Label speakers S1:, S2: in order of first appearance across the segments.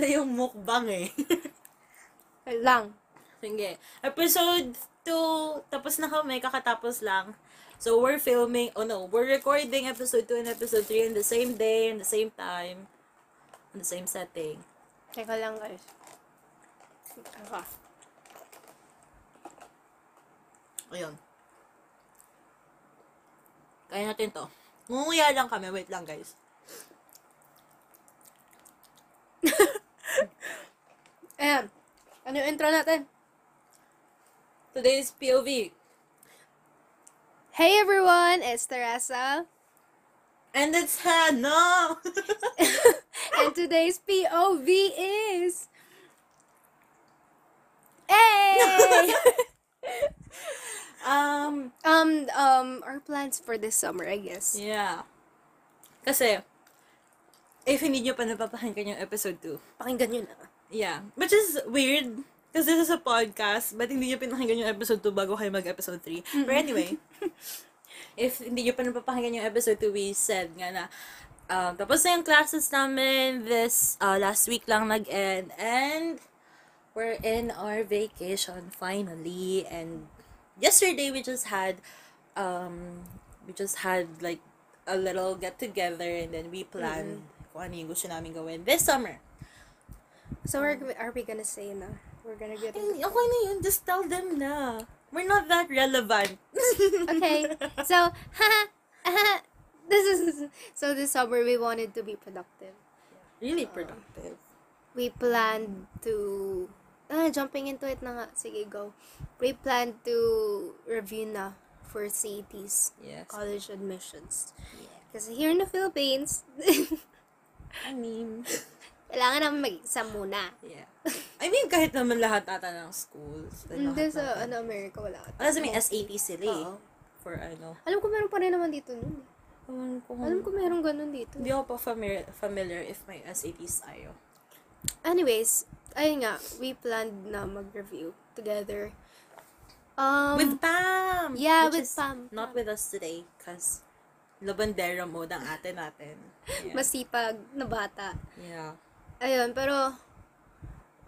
S1: mukbang eh.
S2: Wait lang.
S1: Sige. Episode 2, tapos na kami, kakatapos lang. So, we're filming, oh no, we're recording episode 2 and episode 3 on the same day, on the same time, on the same setting.
S2: Teka lang guys. Teka.
S1: Ayun. Kaya natin to. Ngunguya lang kami. Wait lang, guys.
S2: Ayan. Ano yung intro natin?
S1: Today's POV.
S2: Hey everyone, it's Teresa.
S1: And it's Hannah!
S2: And today's POV is... Hey!
S1: um,
S2: um, um, our plans for this summer, I guess.
S1: yeah. Kasi, if hindi nyo pa napapakinggan yung episode 2,
S2: Pakinggan nyo na.
S1: Yeah. Which is weird. Because this is a podcast, but hindi nyo pinakinggan yung episode 2 bago kayo mag-episode 3. But anyway, if hindi nyo pa napapakinggan yung episode 2, we said nga na, um, tapos na yung classes namin this uh, last week lang nag-end. And we're in our vacation finally. And yesterday, we just had, um, we just had like a little get-together and then we planned kung ano yung gusto namin gawin this summer.
S2: So, we're, are we gonna say na? We're gonna get
S1: Ay, okay na yun. Just tell them na. We're not that relevant.
S2: okay. So, this is so this summer we wanted to be productive.
S1: really productive.
S2: We planned to ah, jumping into it na nga. Sige, go. We planned to review na for CETs,
S1: Yes.
S2: college admissions.
S1: Yeah.
S2: Kasi here in the Philippines,
S1: I mean,
S2: kailangan namin mag-exam muna.
S1: yeah. I mean, kahit naman lahat ata ng schools. lahat
S2: Hindi
S1: natin.
S2: sa, ano, America, wala.
S1: Ah, Kasi may SAT sila eh.
S2: Oo.
S1: For ano.
S2: Alam ko meron pa rin naman dito nun. eh.
S1: Alam ko.
S2: Alam ko meron ganun dito.
S1: Hmm. Hindi ako pa familiar, familiar if may SATs tayo.
S2: Anyways, ayun nga, we planned na mag-review together. Um,
S1: with Pam!
S2: yeah,
S1: Which
S2: with
S1: is
S2: Pam.
S1: Not with us today, because labandera mode ang ate natin. Yeah.
S2: masipag na bata.
S1: yeah.
S2: Ayun, pero,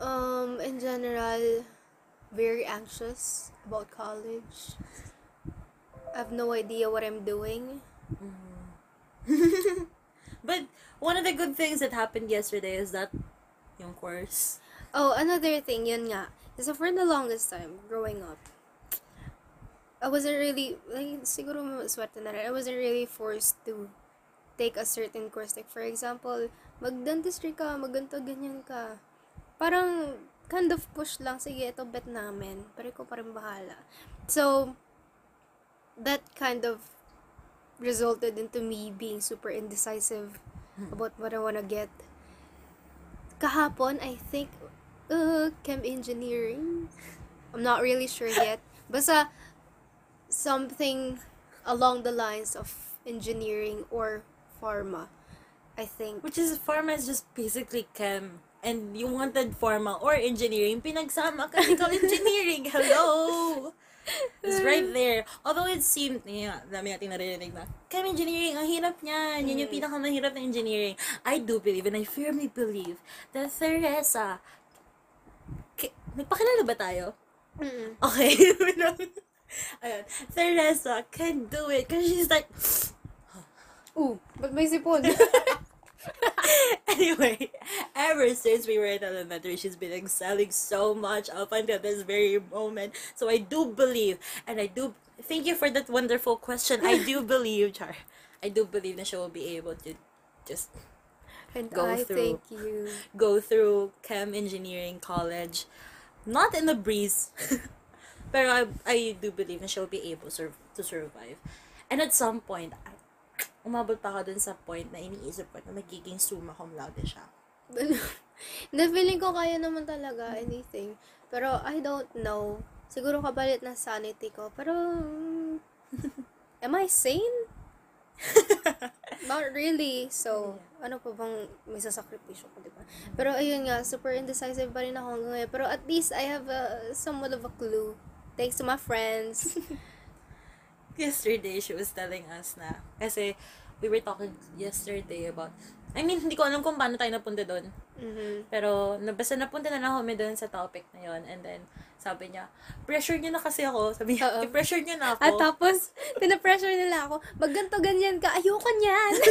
S2: um, in general, very anxious about college. I have no idea what I'm doing.
S1: But one of the good things that happened yesterday is that yung course.
S2: Oh, another thing, yun nga. Kasi for the longest time, growing up, I wasn't really, like, siguro swerte na rin. I wasn't really forced to take a certain course. Like, for example, mag-dentistry ka, magganto, ganyan ka. Parang, kind of push lang, sige, ito bet namin. Pero ko pa rin bahala. So, that kind of resulted into me being super indecisive about what I wanna get. Kahapon, I think, uh, chem engineering. I'm not really sure yet. Basta, something along the lines of engineering or pharma. I think.
S1: Which is, pharma is just basically chem. And you wanted pharma or engineering, pinagsama ka ikaw engineering. Hello! It's
S2: Mm.
S1: right there. Although it seemed, yeah, dami natin naririnig na, chem engineering, ang hirap niyan. Yun yung pinakamahirap na engineering. I do believe, and I firmly believe, that Theresa, K- nagpakilala ba tayo?
S2: Mm-mm.
S1: Okay. Ayun. Teresa can do it. Because she's like,
S2: Ooh, ba't may sipon?
S1: anyway, ever since we were in elementary, she's been excelling so much up until this very moment. So I do believe, and I do, thank you for that wonderful question. I do believe, Char, I do believe that she will be able to just
S2: And
S1: Go
S2: I
S1: through.
S2: thank you.
S1: go through chem engineering college not in the breeze pero I, I do believe na she'll be able sur- to survive and at some point I- umabot pa ako dun sa point na iniisip ko na magiging summa cum laude siya
S2: Hindi, feeling ko kaya naman talaga anything. Pero I don't know. Siguro kabalit na sanity ko. Pero, mm, am I sane? Not really. So, ano pa bang may sasakripisyo ko, di ba? Pero ayun nga, super indecisive pa rin ako hanggang ngayon. Pero at least I have a, somewhat of a clue. Thanks to my friends.
S1: yesterday she was telling us na kasi we were talking yesterday about, I mean, hindi ko alam kung paano tayo napunta doon.
S2: Mm-hmm.
S1: Pero, na- basta napunta na lang kami doon sa topic na yon And then, sabi niya, pressure niyo na kasi ako. Sabi niya,
S2: Oo. Ah,
S1: i-pressure niyo na ako.
S2: At tapos, pinapressure nila ako, mag ganito ganyan ka, ayoko niyan.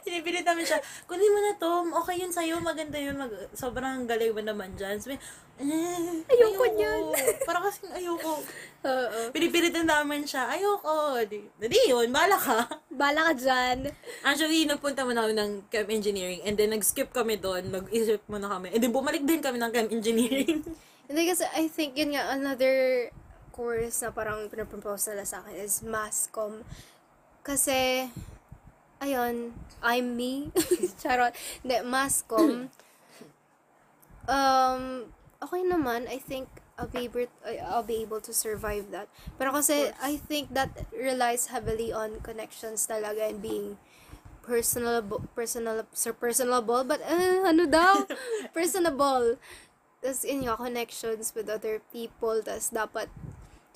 S1: Sinipilit namin siya, kunin mo na to, okay yun sa'yo, maganda yun, mag, sobrang galing mo naman dyan. Sabi, eh,
S2: Ayoko niyan.
S1: Parang kasing ayoko.
S2: Oo.
S1: Pinipilit na namin siya, ayoko. Di, di yun, bala ka.
S2: Bala ka dyan.
S1: Actually, nagpunta mo namin ng chem engineering and then nag-skip kami doon, nag-isip mo na kami. And then bumalik din kami ng chem engineering.
S2: Hindi kasi I think yun nga another course na parang pinapropose nila sa akin is mass comm. Kasi, ayun, I'm me. Charot. Hindi, mass comm. um, okay naman. I think I'll be, able, I'll be able to survive that. Pero kasi, I think that relies heavily on connections talaga and being personal personal sir personable but eh, ano daw personable tas in nga connections with other people tas dapat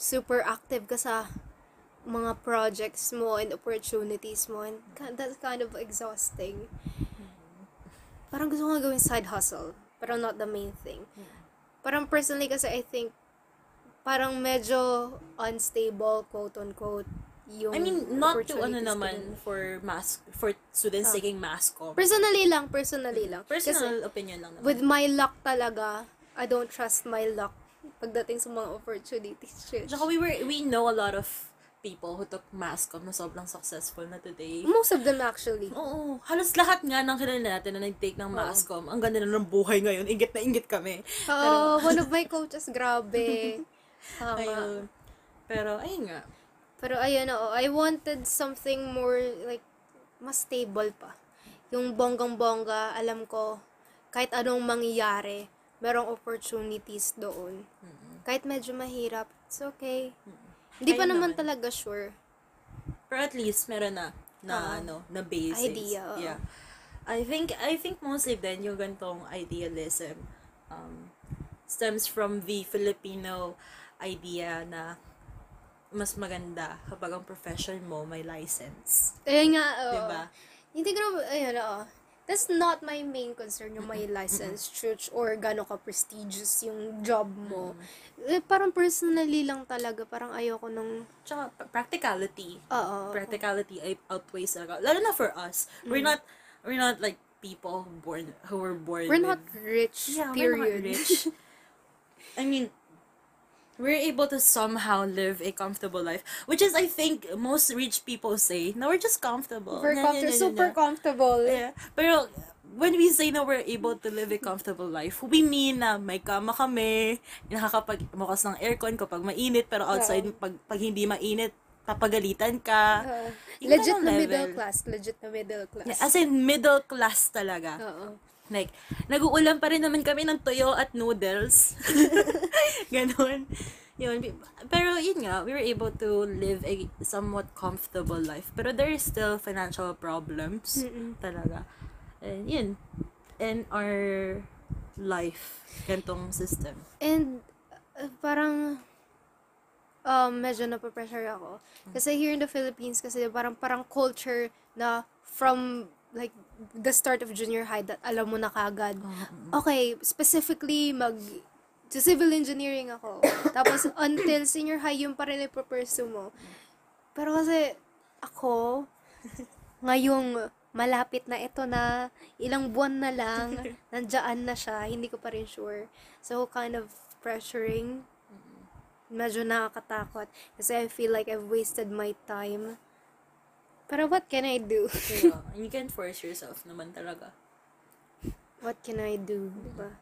S2: super active ka sa mga projects mo and opportunities mo and ki- that's kind of exhausting
S1: Mm-hmm.
S2: parang gusto ko nga gawin side hustle pero not the main thing
S1: Mm-hmm.
S2: parang personally kasi I think parang medyo unstable quote unquote yung
S1: I mean, not to
S2: opportunities ko
S1: ano
S2: din.
S1: naman for mass, for students
S2: Ah.
S1: taking mass comm.
S2: Personally lang, personally lang. Kasi
S1: Personal opinion lang naman.
S2: with my luck talaga, I don't trust my luck pagdating sa mga opportunities. Shit.
S1: Tsaka we were, we know a lot of people who took mass comm na sobrang successful na today.
S2: Most of them actually.
S1: Oo, halos lahat nga ng kilala natin na nag-take ng mass comm. Ang ganda na ng buhay ngayon. Ingit na ingit kami.
S2: Oh, one of my coaches, grabe. Tama.
S1: Ayun. Pero, ayun nga.
S2: Pero ayun, oo. I wanted something more, like, mas stable pa. Yung bonggang-bongga, alam ko, kahit anong mangyari, merong opportunities doon. Kahit medyo mahirap, it's okay. Hindi pa
S1: Ayun
S2: naman
S1: naman.
S2: talaga sure.
S1: Pero at least, meron na, na
S2: Ah.
S1: ano, na basis.
S2: Idea, oo.
S1: Yeah. I think, I think mostly then yung gantong idealism um, stems from the Filipino idea na mas maganda kapag ang profession mo may license.
S2: Ayun nga, oo.
S1: Diba?
S2: Hindi ko na, ayun, oo. That's not my main concern yung may license, church, or gano'n ka prestigious yung job mo. Eh,
S1: Mm.
S2: parang personally lang talaga, parang ayoko nung,
S1: Tsaka, p- practicality.
S2: oo.
S1: practicality ay outweighs talaga. Lalo na for us. We're
S2: Mm.
S1: not, we're not like people who born, who were born
S2: We're
S1: with-
S2: not rich,
S1: yeah,
S2: period.
S1: we're not rich. I mean, we're able to somehow live a comfortable life. Which is, I think, most rich people say, no, we're just comfortable.
S2: We're
S1: Nya, nya,
S2: comfortable,
S1: nya, nya,
S2: super
S1: nya.
S2: comfortable.
S1: Yeah. Pero, when we say na we're able to live a comfortable life, we mean na may kama kami, nakakapagmukas ng aircon kapag mainit, pero outside,
S2: Oo.
S1: pag, pag hindi mainit, papagalitan ka.
S2: Oo.
S1: Yung
S2: legit
S1: ganong
S2: na
S1: level.
S2: middle class, legit na middle class.
S1: As in, middle class talaga.
S2: Oo.
S1: Like, nag-uulam pa rin naman kami ng toyo at noodles. Ganon. Yun. Pero yun nga, we were able to live a somewhat comfortable life. Pero there is still financial problems.
S2: Mm-mm.
S1: Talaga. And yun. In our life, gantong system.
S2: And uh, parang um, medyo napapressure ako. Kasi here in the Philippines, kasi parang, parang culture na from like the start of junior high that alam mo na kagad. Okay, specifically mag to civil engineering ako. Tapos until senior high yung pa rin ipapursue mo. Pero kasi ako, ngayong malapit na ito na, ilang buwan na lang, nandiyan na siya, hindi ko pa rin sure. So, kind of pressuring. Medyo nakakatakot. Kasi I feel like I've wasted my time. Pero what can I do?
S1: Kaya, you can force yourself naman talaga.
S2: What can I do? Diba?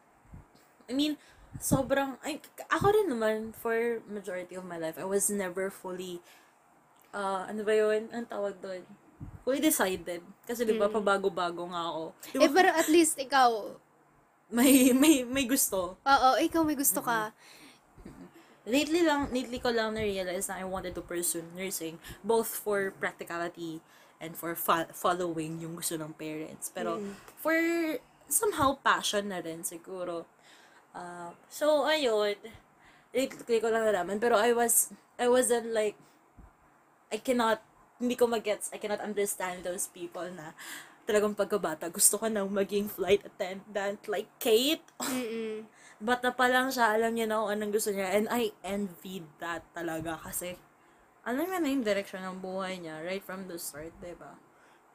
S1: I mean, sobrang, ay, ako rin naman, for majority of my life, I was never fully, uh, ano ba yun? Ang tawag doon? Fully decided. Kasi di ba, pabago-bago nga ako. Di ba,
S2: Mm. Eh, pero at least ikaw,
S1: may, may, may gusto.
S2: oo, ikaw may gusto ka.
S1: Lately lang, lately ko lang na-realize na I wanted to pursue nursing, both for practicality and for fo- following yung gusto ng parents. Pero, for somehow passion na rin siguro. Uh, so, ayun. Lately ko lang nalaman. Pero I was, I wasn't like, I cannot hindi ko magets, I cannot understand those people na talagang pagkabata, gusto ko na maging flight attendant like Kate.
S2: Mm-hmm. Mm-mm.
S1: Bata pa lang siya, alam niya na kung anong gusto niya. And I envy that talaga kasi alam niya na yung direction ng buhay niya right from the start, diba? di ba?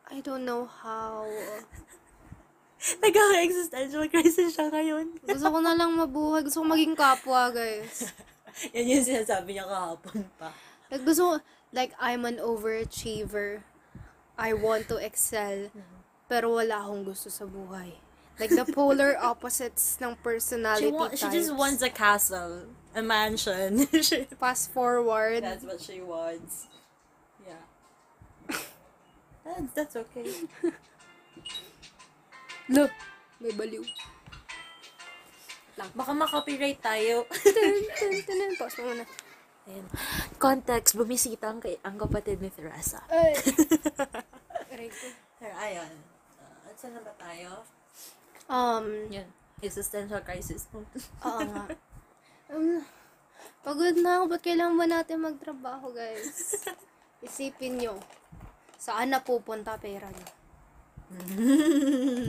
S2: I don't know how.
S1: Nagkaka-existential crisis siya ngayon.
S2: Gusto ko na lang mabuhay. Gusto ko maging kapwa, guys.
S1: Yan yung sinasabi niya kahapon pa.
S2: Like, gusto ko, like, I'm an overachiever. I want to excel.
S1: Mm-hmm.
S2: Pero wala akong gusto sa buhay. Like, the polar opposites ng personality
S1: She, wa-
S2: types.
S1: she just wants a castle, a mansion. She-
S2: Fast forward.
S1: that's what she wants. Yeah. That's, that's okay.
S2: Look, may baliw.
S1: Baka makopyright tayo.
S2: Dun, dun, dun, dun. Pause mo muna.
S1: Context, bumisita ang, kay- ang kapatid ni Teresa.
S2: Ay. Aray ko.
S1: Pero ayun. Uh, at saan na ba tayo?
S2: Um,
S1: Yun. Existential crisis.
S2: oo nga. Um, pagod na ako. Ba't kailangan ba natin magtrabaho, guys? Isipin nyo. Saan na pupunta pera nyo?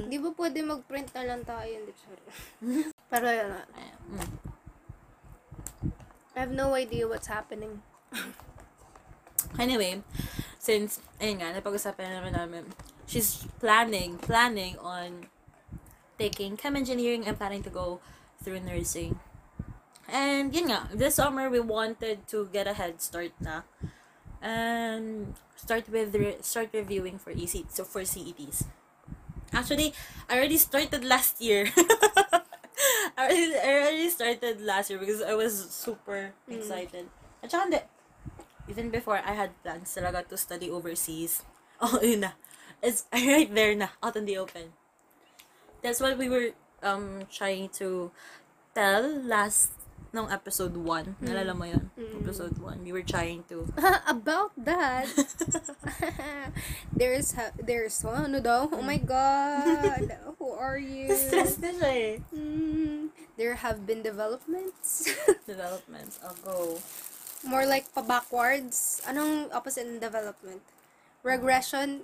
S2: Di ba pwede mag-print na lang tayo? Hindi, sorry. Pero yun nga.
S1: Ayun. Mm.
S2: I have no idea what's happening.
S1: Anyway, since, ayun nga, napag-usapan na naman namin, she's planning, planning on taking chem engineering and planning to go through nursing. And yun nga, this summer we wanted to get a head start na. And start with re- start reviewing for EC so for CETs. Actually, I already started last year. I already, I already started last year because I was super
S2: Mm.
S1: excited. At saka hindi, even before I had plans talaga to study overseas. Oh, yun na. It's right there na, out in the open. That's what we were um trying to tell last nung episode 1. Nalala mo yun?
S2: Mm.
S1: Episode 1. We were trying to...
S2: About that, there's ha- there's ano daw? Oh my god. Who are you?
S1: Stress na siya eh.
S2: Mm, there have been developments.
S1: Developments. I'll go.
S2: More like pa-backwards. Anong opposite ng development? Regression.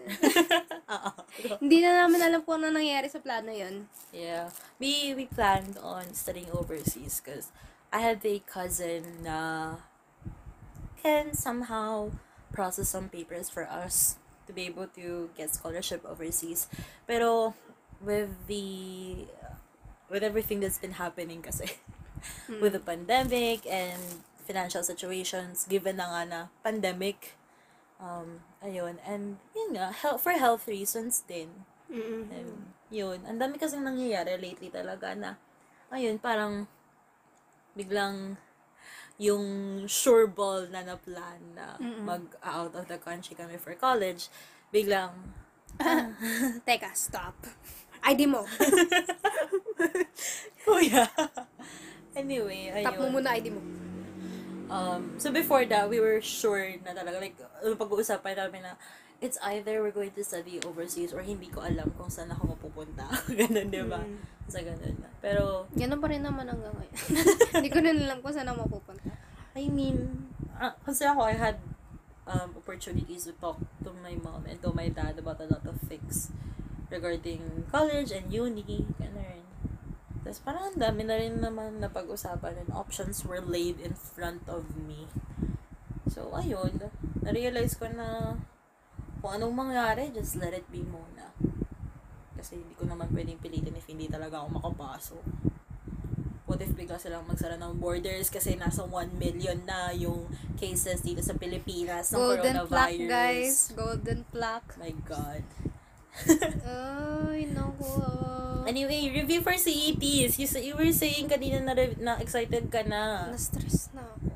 S1: Oo.
S2: Hindi na namin alam kung ano nangyari sa plano yon.
S1: Yeah. We we planned on studying overseas because I have a cousin na can somehow process some papers for us to be able to get scholarship overseas. Pero with the with everything that's been happening kasi
S2: Mm,
S1: with the pandemic and financial situations given na nga na pandemic um ayun and yun nga health, for health reasons din
S2: mm, Mm-mm.
S1: And, yun. Ang dami kasing nangyayari lately talaga na, ayun, parang, biglang, yung sure ball na na-plan na mag-out of the country kami for college, biglang,
S2: Ah, Teka, stop. Ay, di mo.
S1: kuya. anyway, ayun.
S2: Tap mo muna, ay, di mo.
S1: Um, so before that, we were sure na talaga, like, uh, pag-uusapan namin na, it's either we're going to study overseas or hindi ko alam kung saan ako mapupunta. ganun, di ba?
S2: Mm.
S1: Sa ganun na. Pero,
S2: Ganun pa rin naman hanggang ngayon. Hindi ko na alam kung saan ako mapupunta.
S1: I mean, ah, kasi ako, I had um, opportunities to talk to my mom and to my dad about a lot of things regarding college and uni, ganun. Tapos parang ang dami na rin naman na pag-usapan and options were laid in front of me. So, ayun. Na-realize ko na kung anong mangyari, just let it be muna. Kasi hindi ko naman pwedeng pilitin if hindi talaga ako makapasok. What if bigla silang magsara ng borders kasi nasa 1 million na yung cases dito sa Pilipinas ng
S2: Golden
S1: coronavirus.
S2: plaque, guys. Golden plaque.
S1: My God.
S2: Ay, naku.
S1: Anyway, review for CETs. You, sa- you were saying kanina na, rev- na excited ka na.
S2: Na-stress na ako.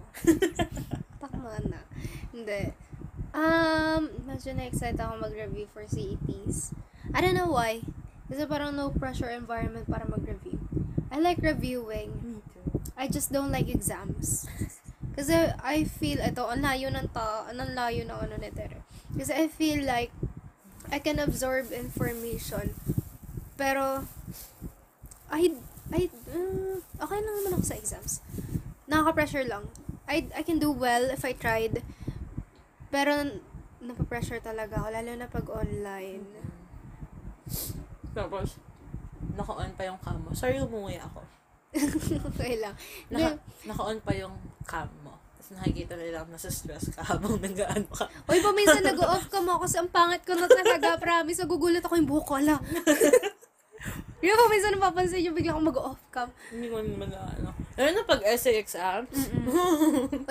S2: Tama na. Hindi. Um, medyo na-excite ako mag-review for CETs. I don't know why. Kasi parang no pressure environment para mag-review. I like reviewing.
S1: Me too.
S2: I just don't like exams. Kasi I feel, ito, ang layo ng ta, ang layo ng ano nito. eh. Kasi I feel like I can absorb information. Pero, I, I, mm, okay lang naman ako sa exams. Nakaka-pressure lang. I, I can do well if I tried. Pero, napapressure talaga ako, lalo na pag online.
S1: Tapos, naka-on pa yung cam mo. Sorry, umuwi ako.
S2: okay lang.
S1: Naka, naka-on pa yung cam mo. Tapos nakikita nila kung nasa stress ka habang nag-ano ka.
S2: Uy, paminsan nag-off ka mo kasi ang pangit ko na talaga, promise. Nagugulat ako yung buhok ko, ala. Yung paminsan napapansin nyo, bigla akong mag-off cam.
S1: Hindi ko naman na ano. Lalo na pag essay exams.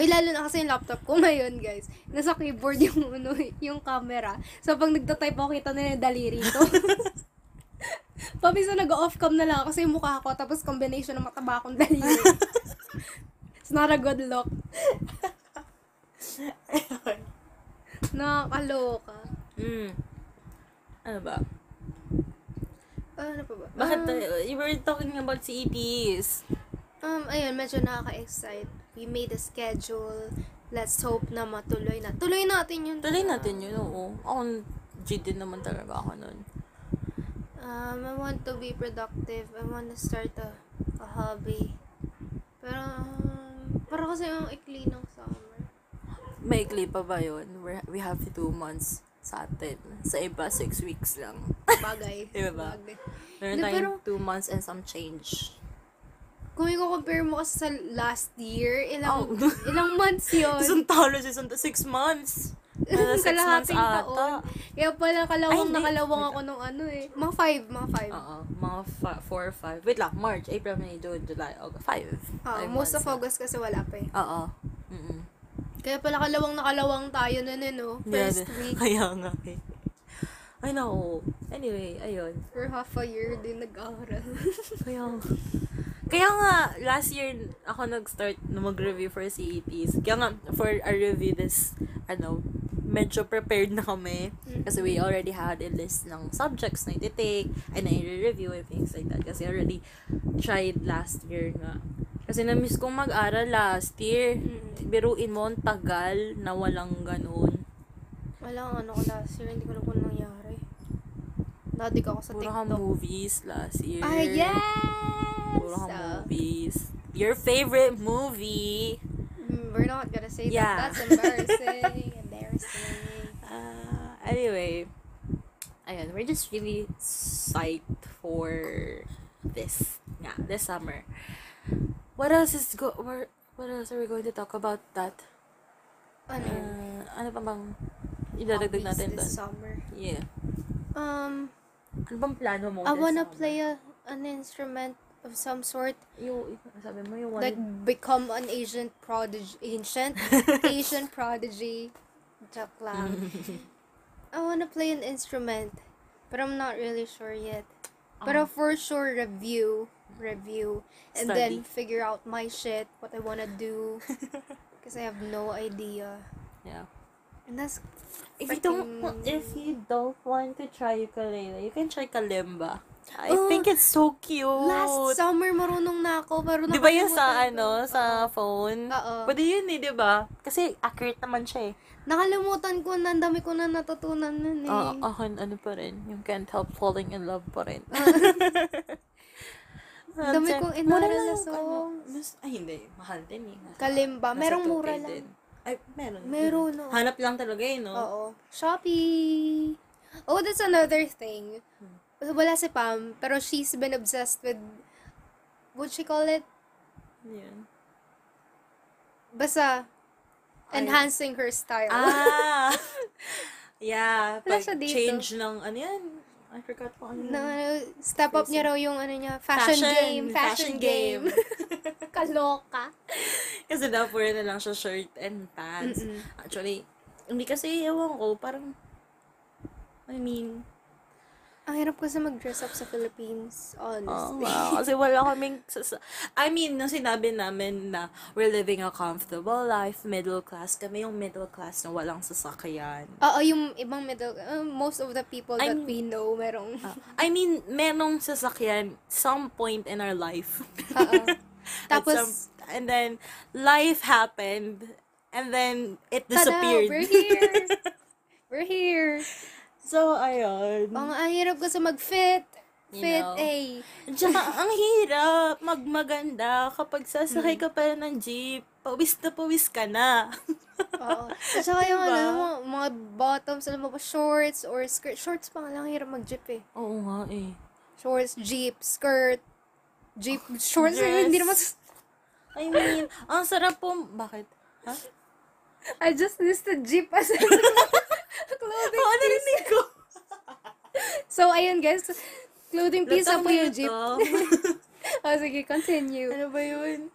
S2: Uy, lalo na kasi yung laptop ko ngayon, guys. Nasa keyboard yung, ano, yung camera. So, pag nagtatype ako, kita na yung daliri ko. Paminsan nag-off cam na lang ako kasi yung mukha ko, tapos combination ng mataba akong daliri. It's not a good look. Nakakaloka.
S1: mm. Ano ba?
S2: Ah, ano pa ba?
S1: Bakit
S2: Ah,
S1: tayo? You were talking about E CEPs.
S2: Um, ayun, medyo nakaka-excite. We made a schedule. Let's hope na matuloy na. Tuloy natin yun.
S1: Tuloy natin yun, oo. Ako, G din naman talaga ako nun.
S2: Um, I want to be productive. I want to start a, a hobby. Pero, um, para kasi yung ikli ng summer.
S1: Maikli pa ba yun? We're, we have two months sa atin. Sa iba, six weeks lang.
S2: Bagay.
S1: Di ba?
S2: Bagay.
S1: Meron
S2: Hindi,
S1: tayong
S2: pero-
S1: two months and some change.
S2: Kung i-compare mo kasi sa last year, ilang,
S1: Oh.
S2: ilang months yun.
S1: Isang taon, isang ta- six months. Mga six months
S2: Kalahating taon.
S1: ata.
S2: Kaya pala kalawang na
S1: Ay, hindi. Oh,
S2: kalawang ako nung ano eh. Mga five, mga five.
S1: Oo, mga fa- four or five. Wait lang, March, April, May, June, July, August. Five.
S2: Ah,
S1: Five
S2: most of
S1: months na.
S2: August kasi wala pa eh.
S1: Oo. Mm-mm.
S2: Kaya pala kalawang nakalawang tayo na nun, eh, no? First
S1: Grabe.
S2: week.
S1: Kaya nga eh. Ay, nako. Anyway, ayun.
S2: For half a year din nag-aaral.
S1: Kaya nga. Kaya nga, last year, ako nag-start na mag-review for CEPs. Kaya nga, for a review this, ano, medyo prepared na kami. Kasi we already had a list ng subjects na iti-take and i-review and things like that. Kasi already tried last year nga. Kasi na-miss kong mag-aral last year.
S2: Mm.
S1: Biruin mo, ang tagal na walang ganun.
S2: Wala ang ano ko last year, hindi ko alam kung anong nangyari. Nadig ako sa
S1: Puro ka
S2: TikTok.
S1: movies last year.
S2: Ah, yes!
S1: Puro ka
S2: Ah,
S1: movies. Your favorite movie.
S2: mm, we're not gonna say
S1: Yeah.
S2: that. That's embarrassing. embarrassing.
S1: Uh, anyway, ayun, we're just really psyched for this. Yeah, this summer. What else is go where- what else are we going to talk about that?
S2: Ano yun?
S1: Uh, ano pa bang Ah, idadagdag
S2: Hobbies
S1: natin
S2: this
S1: doon?
S2: summer.
S1: Yeah.
S2: Um,
S1: Ano bang plano mo?
S2: I
S1: this
S2: wanna
S1: summer?
S2: play a, an instrument of some sort.
S1: Yung, sabi mo, yung
S2: Like,
S1: one.
S2: become an Asian prodigy. Ancient? Asian prodigy. Joke
S1: Mm-hmm.
S2: lang. I wanna play an instrument. But I'm not really sure yet.
S1: Ah.
S2: But Pero for sure, review. Review. And then figure out my shit, what I wanna do. Because I have no idea.
S1: yeah.
S2: And that's,
S1: If you don't, wa-
S2: freaking-
S1: if you don't want to try ukulele, you can try kalimba. I
S2: Oh,
S1: think it's so cute.
S2: last summer, marunong na ako. Pero
S1: Oh. Di ba yun
S2: nakalimutan
S1: sa
S2: ko.
S1: ano, sa phone?
S2: Oo.
S1: Pwede yun eh, di ba? Kasi accurate naman siya eh.
S2: Nakalimutan ko na, ang dami ko na natutunan nun eh.
S1: Oo, ako ano pa rin, yung can't help falling in love pa rin.
S2: Dami
S1: Siyem-
S2: kong
S1: mura
S2: inaral na
S1: lang, ano,
S2: songs.
S1: mas- ay hindi, mahal din eh. Nasa-
S2: Kalimba,
S1: nasa
S2: merong
S1: 2K
S2: mura
S1: din.
S2: lang.
S1: Ay, meron.
S2: Meron, oo.
S1: Hanap lang talaga eh, no?
S2: Oo. Shopee! Oh, that's another thing.
S1: Hmm.
S2: Wala si Pam, pero she's been obsessed with, what she call it?
S1: Yun.
S2: Basta, enhancing her style.
S1: Ah! yeah,
S2: Wala
S1: pag
S2: siya dito.
S1: change ng, ano yan? I forgot po ano.
S2: na
S1: yun.
S2: ano, step up niya raw yung ano niya, fashion, game, fashion, game. Kaloka.
S1: Kasi daw puro na lang siya shirt and pants.
S2: Mm-mm.
S1: Actually, hindi kasi ewan ko, parang, I mean,
S2: Ang hirap ko sa mag-dress up sa Philippines,
S1: oh,
S2: honestly.
S1: wow. Kasi wala kaming, sasa- I mean, nung sinabi namin na we're living a comfortable life, middle class, kami yung middle class na walang sasakyan.
S2: Oo, yung ibang middle, uh, most of the people that
S1: I'm-
S2: we know, merong,
S1: Ah, I mean, merong sasakyan some point in our life.
S2: Oo.
S1: At
S2: Tapos-
S1: some- and then, life happened, and then, it
S2: tada,
S1: disappeared.
S2: we're here. we're here.
S1: so, ayun.
S2: Oo, nga, ang hirap ko sa mag-fit.
S1: Mm. You
S2: Fit,
S1: know?
S2: eh.
S1: Tsaka, ang hirap magmaganda kapag sasakay ka pa ng jeep. Pawis na pawis ka na.
S2: Oo. At saka yung
S1: Diba?
S2: ano, mga, mga bottoms, alam mo ba, shorts or skirt. Shorts pa nga lang, hirap mag-jeep eh.
S1: Oo nga eh.
S2: Shorts, jeep, skirt, jeep, shorts.
S1: Oh,
S2: eh,
S1: Dress.
S2: Hindi naman, s-
S1: I mean, ang sarap po. Bakit? Ha?
S2: I just listed jeep as a
S1: Oo,
S2: clothing.
S1: oh, narinig ko.
S2: So, ayun guys, clothing piece na po yung jeep.
S1: Lutang
S2: O,
S1: na ito.
S2: sige, continue.
S1: ano ba yun?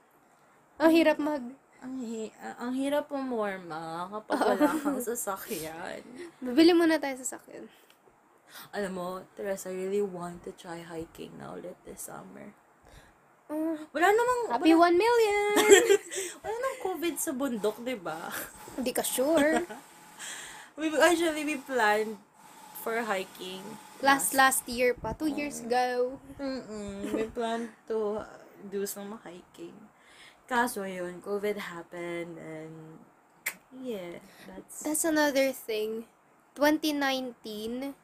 S2: Ang hirap mag,
S1: Ang, hi- ah, ang hirap pumorma kapag wala kang sasakyan.
S2: bibili muna tayo sa sakyan.
S1: Alam mo, Therese, I really want to try hiking na ulit this summer.
S2: Oh,
S1: Wala namang,
S2: happy
S1: Ah, wala,
S2: 1 million!
S1: wala namang COVID sa bundok, di ba?
S2: Hindi ka sure.
S1: We actually, we planned for hiking.
S2: Last last year pa, two years ago.
S1: Mm-mm. We planned to uh, do some hiking. Kaso yun, COVID happened and yeah, that's...
S2: That's another thing. 2019.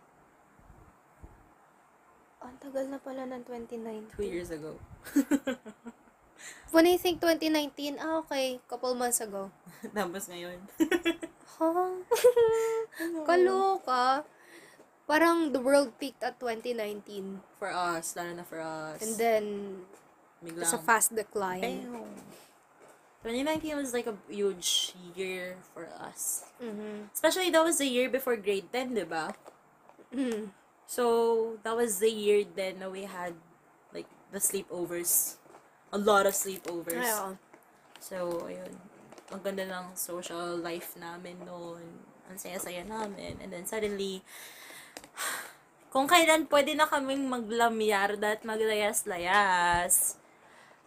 S2: Oh, Ang tagal na pala ng 2019.
S1: two years ago.
S2: When I think 2019, ah okay, couple months ago.
S1: Tapos ngayon.
S2: Huh? Kaloka. Parang the world peaked at 2019.
S1: for us, lalo na for us.
S2: And then,
S1: biglang,
S2: it's a fast decline.
S1: Ayun. 2019 was like a huge year for us.
S2: Mhm.
S1: Especially that was the year before grade 10, di ba?
S2: Mhm.
S1: So, that was the year then na we had like the sleepovers. A lot of sleepovers.
S2: Ayun.
S1: So, ayun. Ang ganda ng social life namin noon. Ang saya-saya namin. And then suddenly, kung kailan pwede na kaming maglamyarda at maglayas-layas,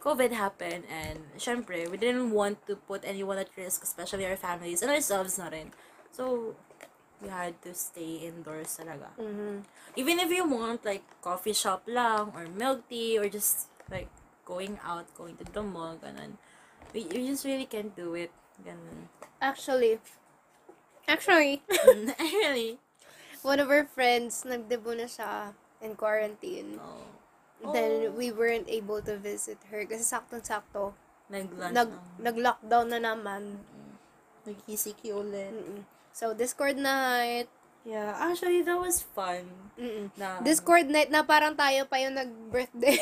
S1: COVID happened and syempre, we didn't want to put anyone at risk, especially our families and ourselves na rin. So, we had to stay indoors talaga.
S2: Mhm.
S1: Even if you want like coffee shop lang or milk tea or just like going out, going to the mall, ganun. We, you just really can't do it. Ganun.
S2: Actually, actually,
S1: really?
S2: one of our friends, nagdebo na siya in quarantine.
S1: No. Oh.
S2: Then, we weren't able to visit her kasi saktong-sakto.
S1: Nag-lunch
S2: Nag,
S1: na.
S2: nag-lockdown na naman.
S1: Nag-ECQ ulit.
S2: Mm-mm. So, Discord night.
S1: Yeah, actually, that was fun.
S2: Mm-mm.
S1: Na,
S2: Discord night na parang tayo pa yung nag-birthday.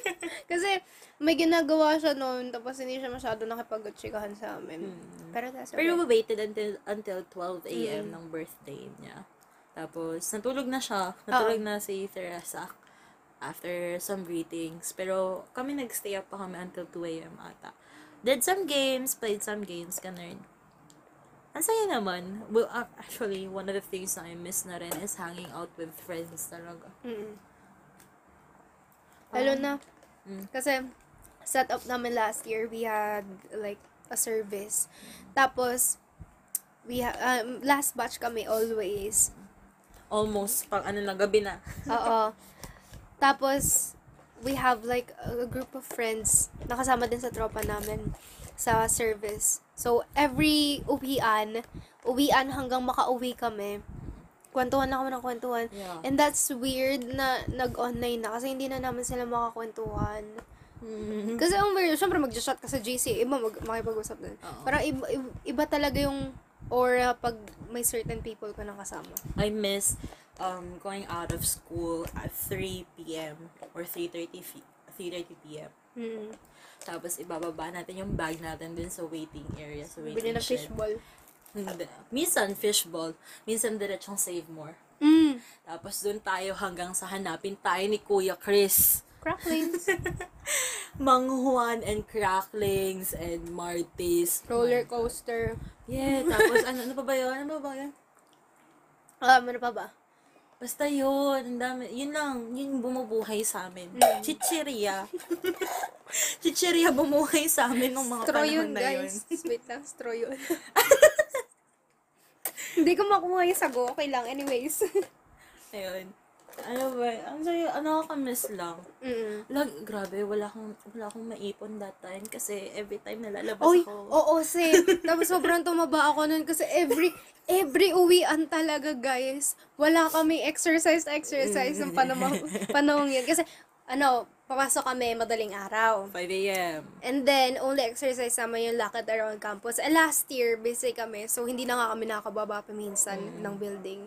S2: kasi, may ginagawa siya noon, tapos hindi siya masyado nakipag-chikahan sa amin.
S1: Mm.
S2: Pero that's
S1: Pero
S2: okay.
S1: we waited until until 12 a.m.
S2: Mm.
S1: ng birthday niya. Tapos, natulog na siya. Natulog na si Teresa after some greetings. Pero kami nagstay up pa kami until 2 a.m. ata. Did some games, played some games, ganun. Ang saya naman. Well, ac- actually, one of the things na I miss na rin is hanging out with friends talaga.
S2: Mm-mm. Lalo na,
S1: Ah. Mm.
S2: kasi set up namin last year, we had like a service. Tapos, we ha- um, last batch kami always.
S1: Almost, pang ano na, gabi na.
S2: Oo. Tapos, we have like a group of friends nakasama din sa tropa namin sa service. So, every uwian, uwian hanggang makauwi kami, kwentuhan na kami ng kwentuhan.
S1: Yeah.
S2: And that's weird na nag-online na kasi hindi na namin sila makakwentuhan.
S1: Mm.
S2: Kasi ang weird, syempre mag-shot ka sa GC, iba mag makipag-usap din.
S1: Oo.
S2: Parang iba, iba, iba talaga yung aura pag may certain people ka nang kasama.
S1: I miss um going out of school at 3 p.m. or 3:30 fi- 3:30 p.m.
S2: Mm.
S1: Tapos ibababa natin yung bag natin dun sa waiting area, sa waiting
S2: Bili ng
S1: shed.
S2: fishball.
S1: Hindi. Minsan fishball, minsan diretsong save more.
S2: Mm.
S1: Tapos dun tayo hanggang sa hanapin tayo ni Kuya Chris.
S2: Cracklings.
S1: Mang Juan and Cracklings and Martis.
S2: Roller coaster.
S1: Yeah, tapos ano, ano pa ba yun? Ano pa ba yun?
S2: Um, ano pa ba?
S1: Basta yun, ang dami. Yun lang, yun yung bumubuhay sa amin.
S2: Mm.
S1: Chichiria. Chichiria bumuhay sa amin nung mga
S2: Straw yun,
S1: panahon na yun.
S2: guys. Wait lang, straw yun. Hindi ko makuha yung sago. Okay lang. Anyways.
S1: Ayun. Ano ba? Ang sayo, ano ako miss lang.
S2: Mm-mm.
S1: Lag, grabe, wala akong, wala akong maipon that time kasi every time nalalabas
S2: Oy, oh.
S1: ako.
S2: oo, same. Tapos sobrang tumaba ako nun kasi every, every uwian talaga, guys. Wala kami exercise, exercise ng
S1: Mm.
S2: panahon, panahon yun. Kasi, ano, papasok kami madaling araw.
S1: 5 a.m.
S2: And then, only exercise naman yung lakad around campus. And last year, busy kami. So, hindi na nga kami nakababa paminsan
S1: Mm.
S2: ng building.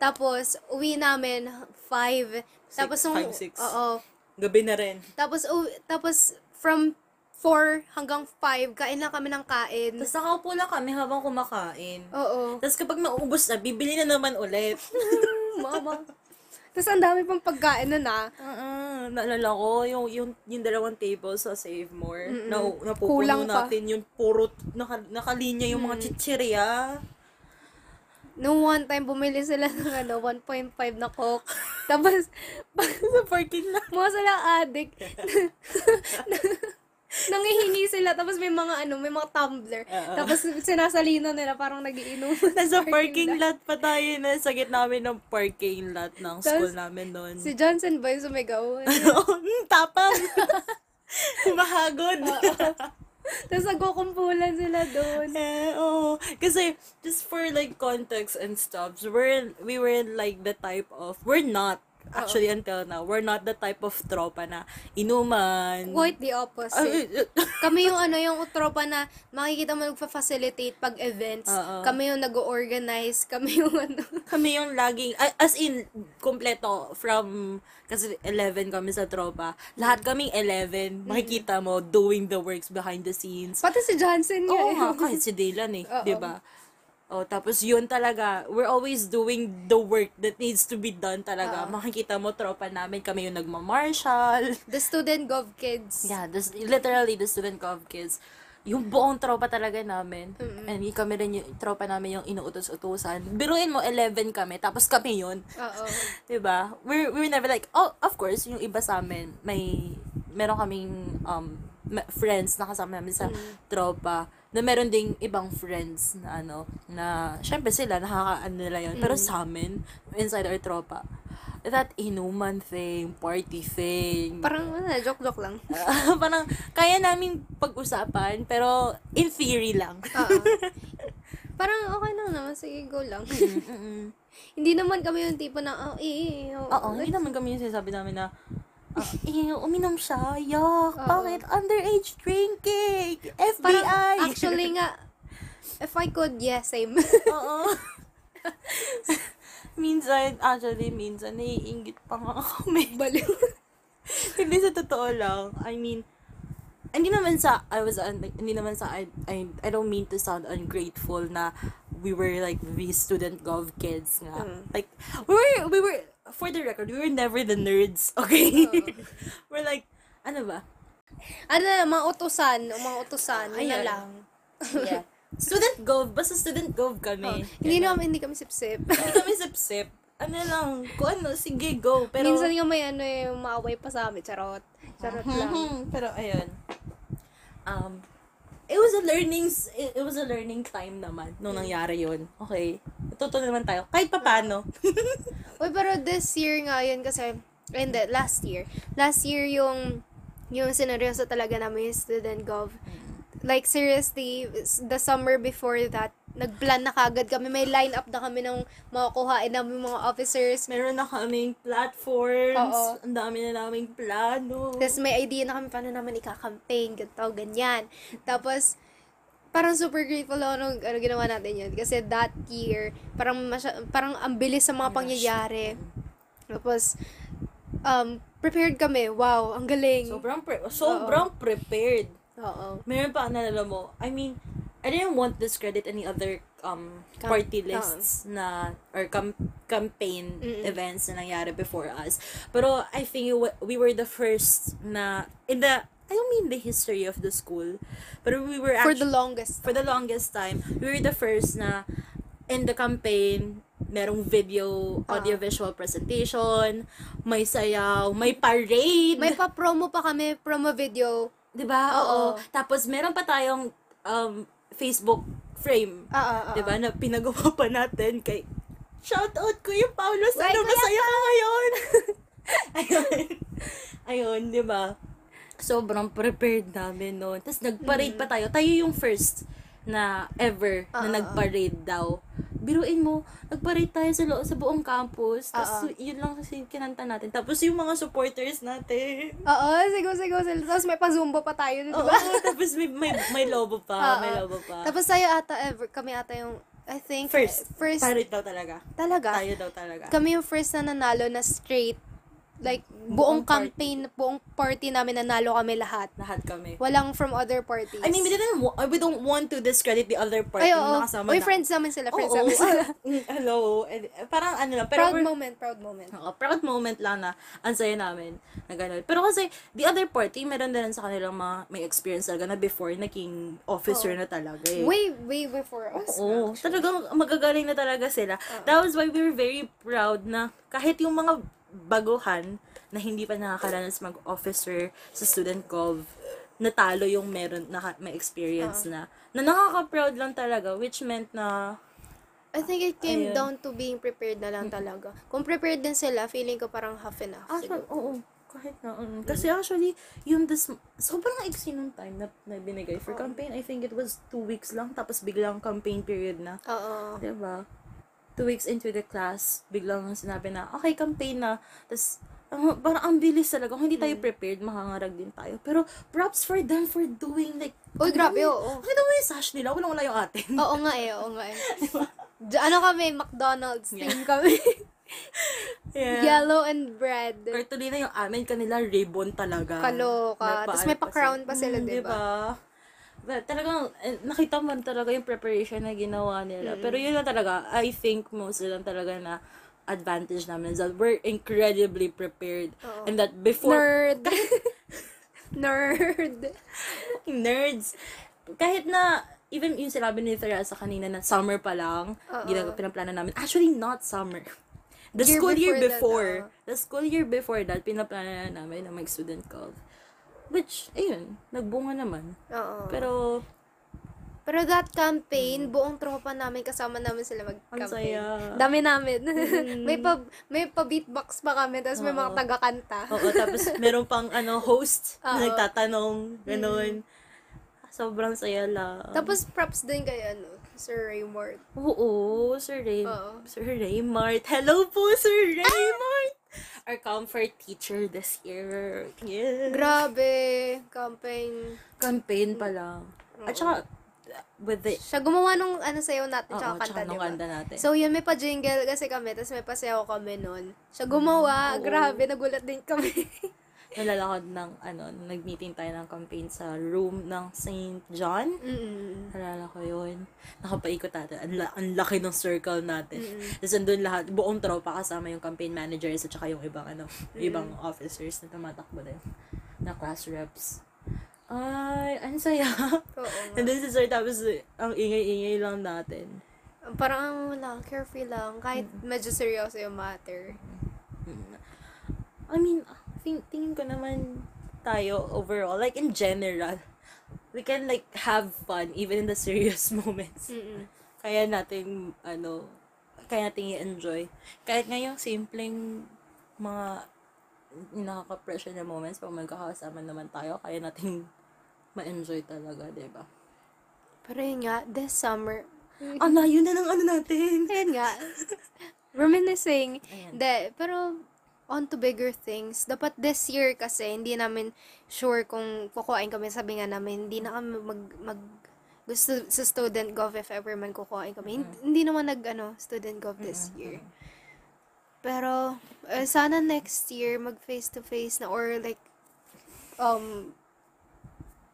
S2: Tapos, uwi namin 5. Tapos, nung-
S1: five, six.
S2: Oo.
S1: Gabi na rin.
S2: Tapos, uwi- tapos, from 4 hanggang 5, kain lang kami ng kain.
S1: Tapos nakaupo lang kami habang kumakain.
S2: Oh. Oo.
S1: Tapos kapag naubos na, bibili na naman ulit.
S2: Mama. Tapos, ang dami pang pagkain ah. na na.
S1: uh naalala ko, yung, yung, yung dalawang table sa Save More, na, napupuno
S2: Kulang pa. Mm.
S1: natin yung puro, naka, nakalinya yung mga chichirya.
S2: Nung one time, bumili sila ng ano, 1.5 na coke. Tapos, pag sa parking lot, mga sila addict. Nangihingi sila, tapos may mga ano, may mga tumbler.
S1: Oo.
S2: Tapos sinasalino nila, parang nagiinom.
S1: Nasa parking lot pa tayo na sa gitna namin ng parking lot ng school
S2: Tapos,
S1: namin noon.
S2: Si Johnson ba yung sumigaw?
S1: Mm, tapang! Humahagod!
S2: tapos nagkukumpulan sila doon.
S1: Eh, oo. Kasi, just for like context and stuff, we're, we were like the type of, we're not, actually until now, we're not the type of tropa na inuman.
S2: Quite the
S1: Ah,
S2: opposite.
S1: eh, eh,
S2: Kami yung ano, yung tropa na makikita mo nagpa-facilitate pag events.
S1: Oo.
S2: Kami yung nag-organize. Kami yung ano.
S1: kami yung laging, a- as in, kompleto, from, kasi 11 kami sa tropa, lahat kaming 11, makikita mo, doing the works behind the scenes.
S2: Pati si Johnson nga.
S1: Oo
S2: eh.
S1: nga, kahit si Dylan eh,
S2: Oo.
S1: di ba? Oh, tapos yun talaga, we're always doing the work that needs to be done talaga.
S2: Oo.
S1: Makikita mo, tropa namin, kami yung nagmamarshal.
S2: The student gov kids.
S1: Yeah, this, literally, the student gov kids. Yung buong tropa talaga namin. And yung kami rin yung tropa namin yung inuutos-utusan. Biruin mo, 11 kami, tapos kami yun.
S2: Oo.
S1: Diba? We're, we're never like, oh, of course, yung iba sa amin, may, meron kaming um, ma- friends na kasama namin sa tropa na meron ding ibang friends na ano, na, syempre sila, nakakaano nila yun. Pero sa amin, inside our tropa, that inuman thing, party thing.
S2: Parang ano, joke-joke lang.
S1: Ah, parang, kaya namin pag-usapan, pero in theory lang.
S2: Oo. Parang okay lang naman. Sige, go lang.
S1: Mm.
S2: Hindi naman kami yung tipo na, oh, eh, eh, oh,
S1: Oo, hindi naman kami yung sinasabi namin na, ah, eh, uminom siya, yuck, bakit? Underage drinking, FBI!
S2: Parang, actually nga, if I could, yeah, same.
S1: Oo. minsan, actually, minsan, naiingit pa nga kami.
S2: Baliw.
S1: hindi sa totoo lang. I mean, hindi naman sa, I was, un- hindi naman sa, I, I, I don't mean to sound ungrateful na we were like these student gov kids nga.
S2: Mm.
S1: Like, we were, we were, for the record, we were never the nerds, okay?
S2: Oh.
S1: we're like, ano ba?
S2: ano na, mga utusan, o mga utusan, yun na
S1: Ayun.
S2: lang.
S1: Yeah. student gov, basta student
S2: Oh,
S1: gov kami.
S2: hindi naman, hindi kami sip-sip.
S1: Hindi kami sip-sip. Ano lang, kung ano, sige, go. Pero,
S2: Minsan nga may ano eh, maaway pa sa amin, charot. Charot lang.
S1: Mhm, Pero ayun. Um, it was a learning s- it, it was a learning time naman nung
S2: Mm.
S1: nangyari yun. Okay. Natuto naman tayo. Kahit pa paano.
S2: Uy, pero this year nga yun kasi, hindi, last year. Last year yung, yung sineryoso talaga namin yung student gov. Like, seriously, s- the summer before that, nagplan na kagad kami. May line up na kami ng mga kuhain namin mga officers.
S1: Meron na kaming platforms.
S2: Oo.
S1: Ang dami na naming plano.
S2: Tapos may idea na kami paano naman ika-campaign, ganito, ganyan. Tapos, parang super grateful ako nung ano, ginawa natin yun. Kasi that year, parang, masya- parang ang bilis sa mga pangyayari. Tapos, um, prepared kami. Wow, ang galing.
S1: Sobrang pre- sobrang prepared.
S2: Oo.
S1: Meron pa nalala mo. I mean, I didn't want to discredit any other um
S2: Cam-
S1: party
S2: oo.
S1: lists na or cam- campaign
S2: Mm-mm.
S1: events na nangyari before us. Pero I think wa- we were the first na in the I don't mean the history of the school, but we were
S2: For
S1: actually
S2: the longest.
S1: for the longest time, we were the first na in the campaign, merong video,
S2: Ah.
S1: audiovisual presentation, may sayaw, may parade.
S2: May pa-promo pa kami, promo video.
S1: Di ba?
S2: Oo.
S1: Oo. Tapos meron pa tayong um, Facebook frame.
S2: Oo, oo.
S1: Diba? Di ba? Na pinagawa pa natin kay Shout out Kuya Paolo,
S2: Why,
S1: sana
S2: Kuya
S1: masaya ka ngayon. ayun. ayun, di ba? Sobrang prepared namin noon. Tapos nag-parade pa tayo. Tayo yung first na ever
S2: Mm. Oo.
S1: na nag-parade daw. Biruin mo, nag-parade tayo sa, lo- sa buong campus.
S2: Oo.
S1: Tapos yun lang kasi yung kinanta natin. Tapos yung mga supporters natin.
S2: Oo, sigaw, sigaw sila. Tapos may pa-zumba pa tayo, di
S1: Oo,
S2: ba?
S1: tapos may, may, may lobo pa.
S2: Oo.
S1: May lobo pa.
S2: Tapos tayo ata ever, kami ata yung, I think,
S1: First.
S2: first
S1: Parade daw talaga.
S2: talaga.
S1: Tayo daw talaga.
S2: Kami yung first na nanalo na straight. Like, buong,
S1: Buong party.
S2: campaign, buong party namin nanalo kami lahat.
S1: Lahat kami.
S2: Walang from other parties.
S1: I mean, we didn't wa- we don't want to discredit the other party
S2: Ay,
S1: na
S2: oo.
S1: nakasama
S2: Uy,
S1: na-
S2: friends namin sila.
S1: Oo,
S2: Friends
S1: oo.
S2: namin sila.
S1: Mm, Hello. And, eh, parang ano lang. Pero
S2: proud
S1: we're-
S2: moment, proud moment.
S1: Oo, proud moment lang na ang saya namin na ganun. Pero kasi, the other party, meron na rin sa kanilang mga may experience talaga na before naging officer
S2: Oo.
S1: na talaga eh.
S2: Way, way before us.
S1: Oo, talagang magagaling na talaga sila. That was why we were very proud na kahit yung mga baguhan na hindi pa nakakaranas mag-officer sa student gov, natalo yung meron, naka, may experience na. Na nakaka-proud lang talaga, which meant na,
S2: I think it came
S1: Ayun.
S2: down to being prepared na lang talaga. Kung prepared din sila, feeling ko parang half and half.
S1: actually,
S2: siguro.
S1: oo, kahit na, mm. kasi actually, yung this, sobrang iksi nung time na, na binigay for campaign, I think it was two weeks lang, tapos biglang campaign period na.
S2: Oo.
S1: Diba? Two weeks into the class, biglang sinabi na, okay, campaign na. Tapos, ang- parang ang bilis talaga. Kung hindi tayo
S2: Mm.
S1: prepared, makangarag din tayo. Pero, props for them for doing like,
S2: Uy, grabe, oh. oo.
S1: Ang ganda mo yung sash nila, walang-wala yung atin.
S2: Oo nga eh, oo nga eh.
S1: Diba?
S2: D- ano kami, McDonald's team kami. Yellow and bread.
S1: Cartolina yung amin, kanila ribbon talaga.
S2: Kaloka. Tapos may pa-crown pa sila,
S1: di
S2: diba?
S1: ba? But Mm, talagang, eh, nakita mo talaga yung preparation na ginawa
S2: Mm.
S1: nila. Pero yun lang talaga, I think most lang talaga na advantage namin is that we're incredibly prepared.
S2: Oo.
S1: And that before,
S2: Nerd. Nerd.
S1: nerds, kahit na, even yung sinabi ni Teresa kanina na summer pa lang,
S2: Oo.
S1: ginagawa pinaplano namin. Actually, not summer. The
S2: Year
S1: school year
S2: before
S1: before,
S2: that, ah.
S1: the school year before that, pinaplano na namin na mag-student call. Which, ayun, nagbunga naman.
S2: Oo. Pero,
S1: Pero,
S2: that campaign, buong tropa namin, kasama namin sila
S1: ang
S2: mag-campaign.
S1: saya. Mm.
S2: Dami namin. may pa may pa beatbox pa kami tapos may mga
S1: Oo.
S2: taga-kanta.
S1: Oo, tapos meron pang ano,
S2: Oo.
S1: host
S2: Mm-hmm.
S1: na nagtatanong, ganun. Sobrang saya lang.
S2: Tapos props din kay ano, Sir Raymond.
S1: oo, Sir Ray,
S2: Oo.
S1: Sir Raymart. Hello po, Sir Raymart! Our comfort teacher this year. Yes.
S2: Grabe, campaign.
S1: Campaign pa lang. At saka, with the,
S2: Siya gumawa nung ano sayo natin,
S1: oo,
S2: tsaka
S1: tsaka
S2: kanta,
S1: nung
S2: diba?
S1: kanta eh. natin.
S2: So, yun, may pa-jingle kasi kami, tapos may pasayaw kami nun. Siya gumawa,
S1: Mm. Oo.
S2: grabe, nagulat din kami.
S1: nalalakad ng, ano, nag-meeting tayo ng campaign sa room ng St. John.
S2: Mm-mm.
S1: Alala ko yun. Nakapaikot natin. Ang, la- ang laki ng circle natin. Tapos andun lahat, buong tropa kasama yung campaign managers at saka yung ibang ano, ibang officers na tumatakbo din. Na class reps. Ay, ang saya.
S2: Oo nga.
S1: Nandun si Sir tapos eh, ang ingay-ingay lang natin.
S2: Parang ano lang, carefree lang, kahit medyo seryoso yung matter.
S1: Mm. I mean, think, tingin ko naman tayo overall, like in general, we can like have fun even in the serious moments.
S2: Mm-mm.
S1: kaya nating ano, kaya nating i-enjoy. Kahit nga yung simpleng mga nakaka-pressure na moments pag magkakasama naman tayo, kaya nating ma-enjoy talaga, di ba?
S2: Pero yun nga, this summer, Mm.
S1: Ang layo na ng ano natin!
S2: Ayun nga. Reminiscing.
S1: Ayan.
S2: De, pero on to bigger things. Dapat this year kasi hindi namin sure kung kukuhain kami. Sabi nga namin, hindi na kami mag, mag gusto sa student gov if ever man kukuhain kami. Hin- Hindi naman nag ano, student gov this year. Pero eh, sana next year mag face to face na or like um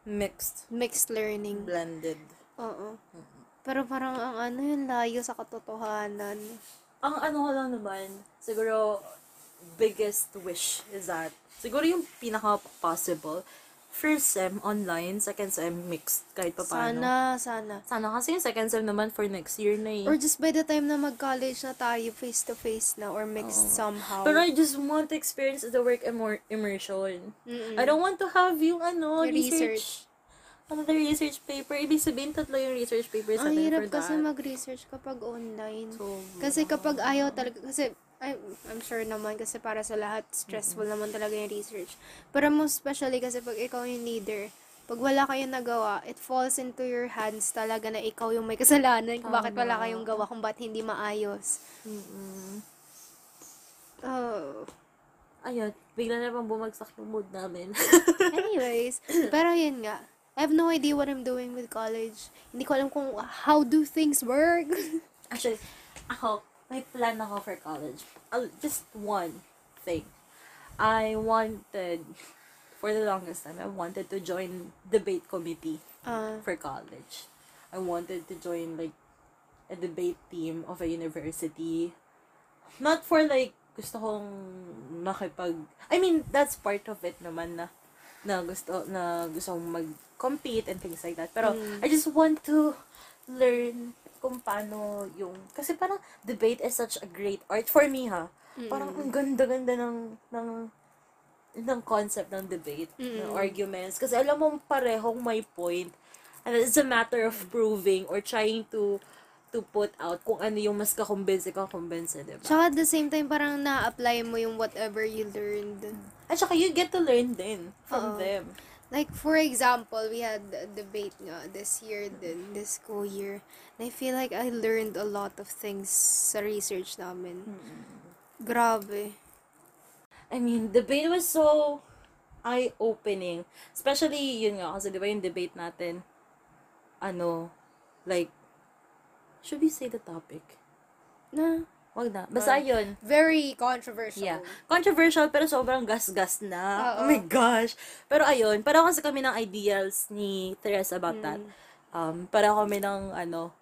S1: Mixed.
S2: mixed learning.
S1: Blended.
S2: Oo. Pero parang ang ano yun layo sa katotohanan.
S1: Ang ano ko lang naman, siguro, biggest wish is that, siguro yung pinaka-possible, first sem online, second sem mixed, kahit pa paano.
S2: Sana, sana.
S1: Sana kasi yung second sem naman for next year na eh.
S2: Or just by the time na mag-college na tayo, face-to-face na, or mixed somehow.
S1: But I just want to experience the work immer- immersion.
S2: Mm-mm.
S1: I don't want to have yung ano,
S2: Yung
S1: research.
S2: research.
S1: another research paper. Ibig sabihin, tatlo yung research papers
S2: Ang
S1: natin
S2: hirap
S1: for
S2: kasi
S1: that.
S2: mag-research kapag online.
S1: Sobra.
S2: Kasi kapag ayaw talaga, kasi I'm, I'm sure naman kasi para sa lahat, stressful naman talaga yung research. Pero most especially kasi pag ikaw yung leader, pag wala kayong nagawa, it falls into your hands talaga na ikaw yung may kasalanan kung bakit wala kayong gawa, kung bakit hindi maayos.
S1: Mm-mm.
S2: Oh.
S1: Ayun, bigla na bang bumagsak yung mood namin.
S2: Anyways, pero yun nga. I have no idea what I'm doing with college. Hindi ko alam kung how do things work.
S1: Actually, ako, may plan ako for college. I'll- Just one thing. I wanted, for the longest time, I wanted to join debate committee
S2: Ah,
S1: for college. I wanted to join, like, a debate team of a university. Not for, like, gusto kong makipag... I mean, that's part of it naman na na gusto na gusto kong mag-compete and things like that. Pero,
S2: Mm.
S1: I just want to learn kung paano yung... Kasi parang debate is such a great art for me, ha? Parang
S2: Mm.
S1: ang ganda-ganda ng, ng, ng concept ng debate,
S2: Mm.
S1: ng arguments. Kasi alam mo, parehong may point. And it's a matter of proving or trying to to put out kung ano yung mas kakumbinse ka kumbinse, di ba?
S2: Tsaka at the same time, parang na-apply mo yung whatever you learned.
S1: At saka you get to learn din
S2: Oo.
S1: from them.
S2: Like, for example, we had a debate nga this year, din, this school year. And I feel like I learned a lot of things sa research namin.
S1: Mm-hmm.
S2: Grabe.
S1: I mean, debate was so eye-opening. Especially, yun nga, kasi di ba yung debate natin, ano, like, should we say the topic?
S2: Na,
S1: Wag na.
S2: Ah.
S1: Basta yun.
S2: very controversial.
S1: Yeah. Controversial, pero sobrang gas-gas na.
S2: Oo.
S1: Oh my gosh. Pero ayun, parang kasi kami ng ideals ni Therese about that.
S2: Hmm.
S1: Um, para kami ng ano,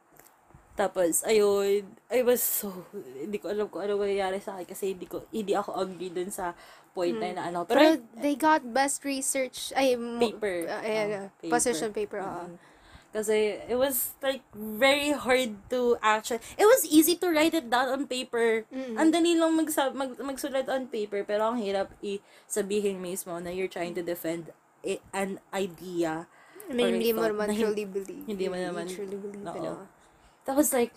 S1: tapos, ayun, I was so, hindi ko alam kung ano mangyayari sa akin kasi hindi ko, hindi ako agree dun sa point na inaano. Pero,
S2: Hmm. Pero they got best research, ay, mo-
S1: Paper.
S2: ah, ayan,
S1: Ah,
S2: ah,
S1: paper.
S2: position paper, ah. oo.
S1: Mm. kasi it was like very hard to actually, it was easy to write it down on paper.
S2: Mm.
S1: Ang dali lang magsab- mag, magsulat on paper, pero ang hirap i-sabihin mismo na you're trying to defend i- an idea.
S2: Na hindi mo
S1: or a thought
S2: naman
S1: na hin-
S2: truly believe.
S1: hindi mo naman-
S2: truly believe.
S1: Oo.
S2: ano.
S1: That was like,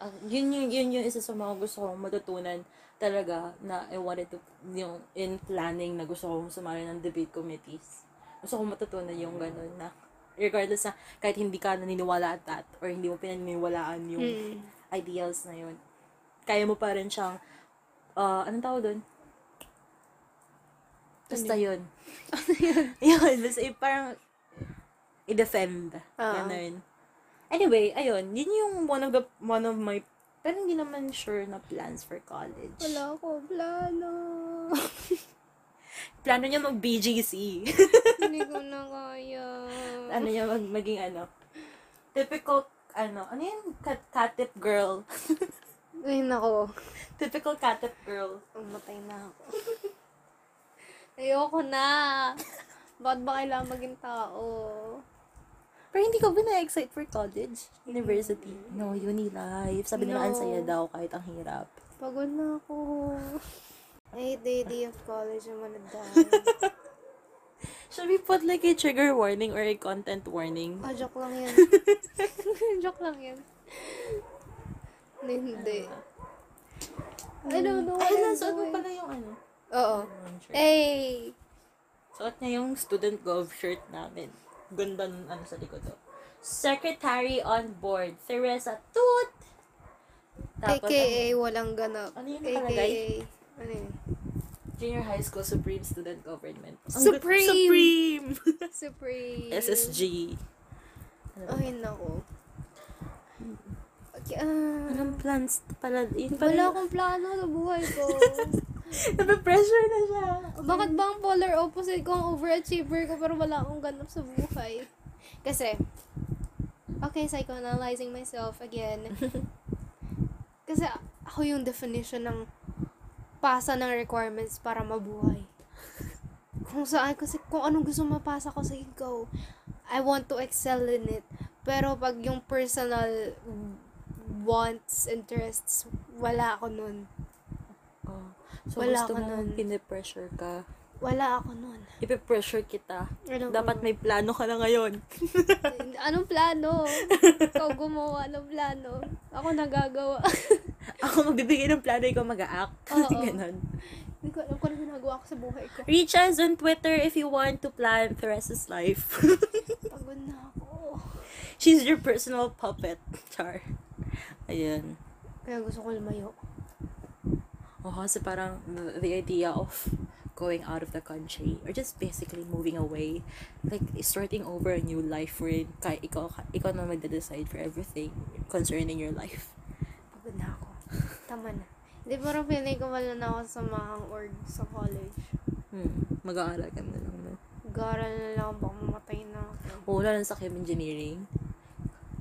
S1: uh, yun, yun, yun yung isa sa mga gusto kong matutunan talaga na I wanted to, yung in planning na gusto kong sumali ng debate committees. Gusto kong matutunan yung ganun na regardless na kahit hindi ka naniniwala at that or hindi mo pinaniniwalaan yung
S2: Mm.
S1: ideals na yun, kaya mo pa rin siyang, uh, anong tawag doon? Basta Ano yun. yun, basta eh, parang i-defend.
S2: Oo.
S1: Ganun. Anyway, ayun, yun yung one of the, one of my, pero hindi naman sure na plans for college.
S2: Wala ko plano.
S1: Plano niya mag-BGC.
S2: hindi ko na kaya.
S1: ano niya mag, maging ano, typical, ano, ano yun, cat, catip girl.
S2: Ay, nako.
S1: typical catip girl.
S2: Umatay na ako. Ayoko na. Bakit ba kailangan maging tao?
S1: Pero hindi ka ba na-excite for college? University? Mm. No, uni life. Sabi nila, ang
S2: No.
S1: saya daw kahit ang hirap.
S2: Pagod na ako. I hate the idea of college. I'm gonna die.
S1: Should we put like a trigger warning or a content warning?
S2: Ah, joke lang yan. joke lang yan. Hindi, hindi.
S1: Ano?
S2: I don't know what
S1: Ay,
S2: I'm
S1: nasuot mo
S2: doing.
S1: pala yung ano.
S2: Oo.
S1: Eh.
S2: Hey!
S1: Suot niya yung student gov shirt namin. Ganda ng ano sa likod to. Secretary on board, Teresa Tut!
S2: AKA, walang ganap.
S1: Ano yun nakalagay?
S2: AKA, ano yun?
S1: ang junior high school Supreme Student Government. Ang gut-
S2: Supreme!
S1: Supreme!
S2: Supreme.
S1: SSG. Ano ba?
S2: Ay, nako. Okay, ah.
S1: Anong plans pala? Yun pala
S2: Wala
S1: yung-
S2: akong plano sa buhay ko.
S1: Nape-pressure na siya.
S2: Oh, Bakit ba ang polar opposite ko ang overachiever ko pero wala akong ganap sa buhay? Kasi, okay, psychoanalyzing myself again. Kasi ako yung definition ng pasa ng requirements para mabuhay. Kung saan, kasi kung anong gusto mapasa ko sa ikaw, I want to excel in it. Pero pag yung personal wants, interests, wala ako nun.
S1: Oh. So,
S2: Wala
S1: gusto
S2: ka
S1: mo
S2: nun.
S1: pinipressure ka.
S3: Wala ako nun.
S1: Ipe-pressure kita.
S3: Ano
S1: Dapat may plano ka na ngayon.
S3: Anong plano? Ikaw gumawa ng plano. Ako nagagawa.
S1: Ako magbibigay ng plano, ikaw mag-a-act.
S3: Oo.
S1: Ganon.
S3: Hindi ko alam kung ano ginagawa ko sa buhay ko.
S1: Reach us on Twitter if you want to plan Therese's life.
S3: Pagod na ako.
S1: She's your personal puppet. Char. Ayun.
S3: Kaya gusto ko lumayo.
S1: Oh, kasi parang the, the idea of going out of the country or just basically moving away, like starting over a new life wherein kay ikaw, ikaw na magde-decide for everything concerning your life.
S3: Pagod na ako. Tama na. Hindi, parang feeling ko wala na ako sa mahang org sa college.
S1: Hmm. Mag-aaral ka na lang. no?
S3: Gara na lang ako, baka mamatay na ako.
S1: Oo, wala lang sa chem engineering.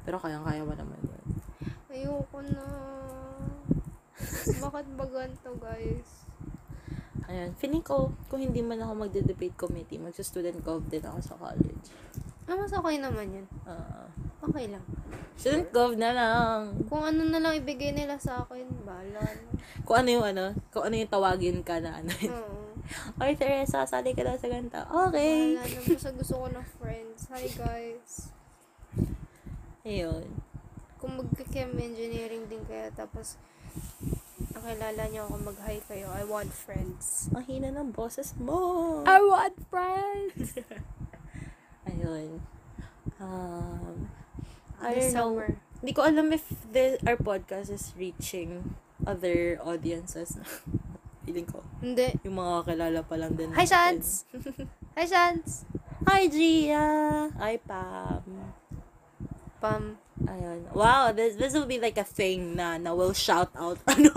S1: Pero kayang-kaya mo naman yun.
S3: Ayoko na. Bakit ba ganito, guys?
S1: Ayan. Feeling ko, kung hindi man ako magde-debate committee, magsa-student gov din ako sa college.
S3: Ah, mas okay naman yan.
S1: Ah.
S3: Okay lang.
S1: student gov na lang.
S3: Kung ano na lang ibigay nila sa akin, bala na.
S1: Kung ano yung ano, kung ano yung tawagin ka na ano.
S3: Oo.
S1: Oy, Teresa, sali ka daw sa ganta. Okay.
S3: Wala na. Basta gusto ko ng friends. Hi, guys.
S1: Ayun.
S3: Kung magka-chem engineering din kaya, tapos nakilala niyo ako mag-hi kayo. I want friends.
S1: Ang hina ng boses mo.
S3: want friends!
S1: Ayun. Um, I don't
S3: This
S1: know.
S3: summer.
S1: Hindi ko alam if the, our podcast is reaching other audiences. Feeling ko.
S3: Hindi.
S1: Yung mga kakilala pa lang din. natin.
S3: Hi, Shans! Hi, Shans!
S1: Hi, Gia! Hi, Pam!
S3: Pam.
S1: Ayun. Wow, this this will be like a thing na na will shout out ano.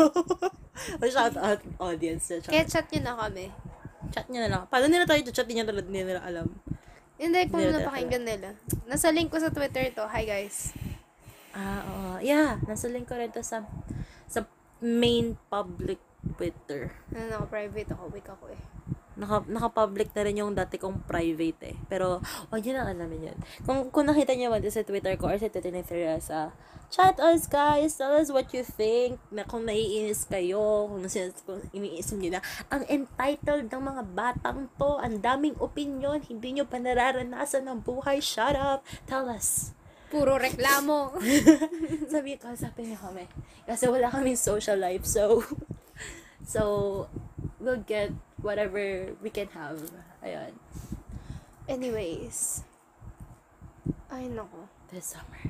S1: will shout out audience. Shout,
S3: Kaya chat niyo na kami.
S1: chat niya na lang. Paano nila tayo chat niya talaga hindi nila alam.
S3: Hindi, kung
S1: Nila-
S3: napakinggan nila. Nasa link ko sa Twitter to. Hi, guys.
S1: Ah, oo. yeah, nasa link ko rin to sa sa main public Twitter.
S3: Ano na ako, private ako. Weak ako eh.
S1: Naka, naka-public na rin yung dati kong private eh. Pero, oh, yun ang alamin yun. Kung, kung nakita niyo man sa Twitter ko or sa Twitter ni Teresa, chat us guys, tell us what you think, na kung naiinis kayo, kung, sin- kung iniisip niyo na, ang entitled ng mga batang to, ang daming opinion, hindi niyo pa nararanasan ng buhay, shut up, tell us.
S3: Puro reklamo.
S1: Sabi ko, sabi niyo kami. Kasi wala kaming social life, so, so, we'll get whatever we can have. Ayun.
S3: Anyways. Ay, nako.
S1: This summer.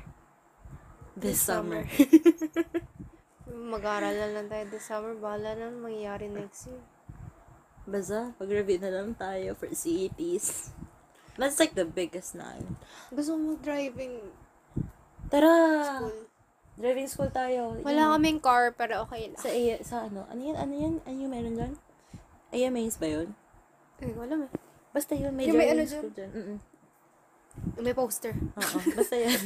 S1: This
S3: summer.
S1: summer.
S3: Mag-aaral na lang tayo this summer. Bahala na lang mangyayari next year.
S1: Baza, mag-review na lang tayo for CETs. That's like the biggest na. ano.
S3: Gusto ko mag-driving
S1: Tara!
S3: school.
S1: Driving school tayo. Yun.
S3: Wala kaming car, pero okay lang.
S1: Sa, A- sa ano? Ano yun? Ano yun? Ano yung meron dyan? AMAs ba yun?
S3: Ay, wala may.
S1: Basta yun, may
S3: Yung may
S1: driving
S3: ano
S1: school dyan. Mm-mm.
S3: May poster.
S1: Oo, basta yun.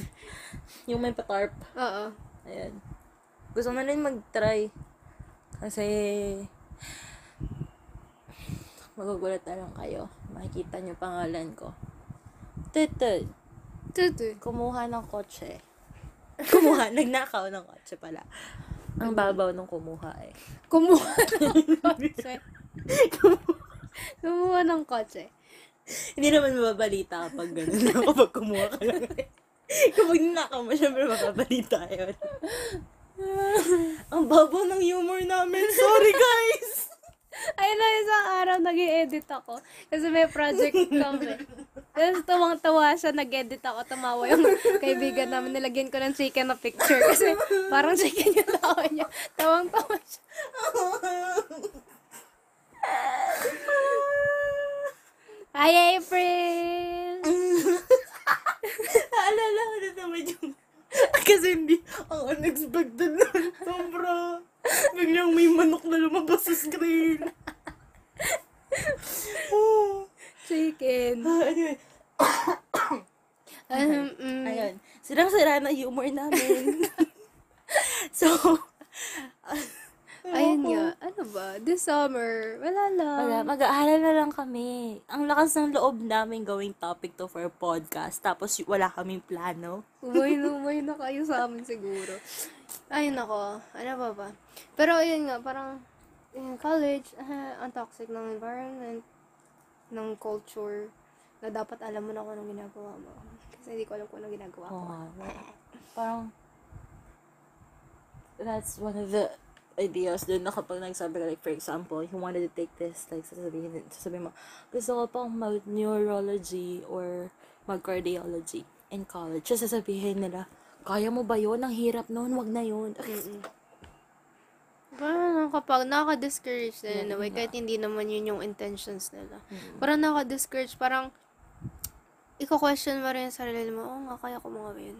S1: yung may patarp.
S3: Oo.
S1: Ayan. Gusto na rin mag-try. Kasi, magugulat na lang kayo. Makikita niyo pangalan ko. Tutut,
S3: Tutu.
S1: kumuha ng kotse. Kumuha, nagnakaw ng kotse pala. Ang babaw nung kumuha eh.
S3: Kumuha ng kotse. Kumuha ng kotse.
S1: Hindi naman mababalita kapag ganun na kapag kumuha ka lang. eh. kapag ninakaw mo, syempre mababalita yun. Ang babaw ng humor namin. Sorry guys!
S3: Ay na, isang araw nag edit ako. Kasi may project kami. Tapos tuwang-tawa siya, nag-edit ako, tumawa yung kaibigan namin. Nilagyan ko ng chicken na picture. Kasi parang chicken yung tawa niya. Tawang-tawa siya. Hi, April!
S1: Naalala ko na naman yung... Kasi hindi, ang unexpected na sobra. Biglang may manok na lumabas sa screen. oh.
S3: Chicken.
S1: Ah, anyway,
S3: Um, mm.
S1: ayun. Sirang-sira na humor namin. so,
S3: Ayun nga. Ano ba? This summer. Wala lang.
S1: Wala, mag-aaral na lang kami. Ang lakas ng loob namin gawing topic to for a podcast. Tapos y- wala kaming plano.
S3: Umay na umay na kayo sa amin siguro. Ay, nako. Ano ba ba? Pero, ayun nga, parang, in college, ah, ang toxic ng environment.
S2: ng culture na dapat alam mo na kung anong ginagawa mo. Kasi hindi ko alam kung anong ginagawa ko.
S1: Oo nga. Parang, that's one of the ideas din na kapag nagsabi ka, like, for example, you wanted to take this, like, sasabihin, sasabihin mo, gusto ko pang mag-neurology or mag-cardiology in college. So, sasabihin nila, kaya mo ba yun? Ang hirap noon, wag na yun.
S2: Parang kapag nakaka-discourage na in
S1: Yeah,
S2: a way,
S1: yun
S2: kahit hindi naman yun yung intentions nila. Parang nakaka-discourage, parang iko-question mo rin yung sarili mo, oo nga, kaya ko mga yun.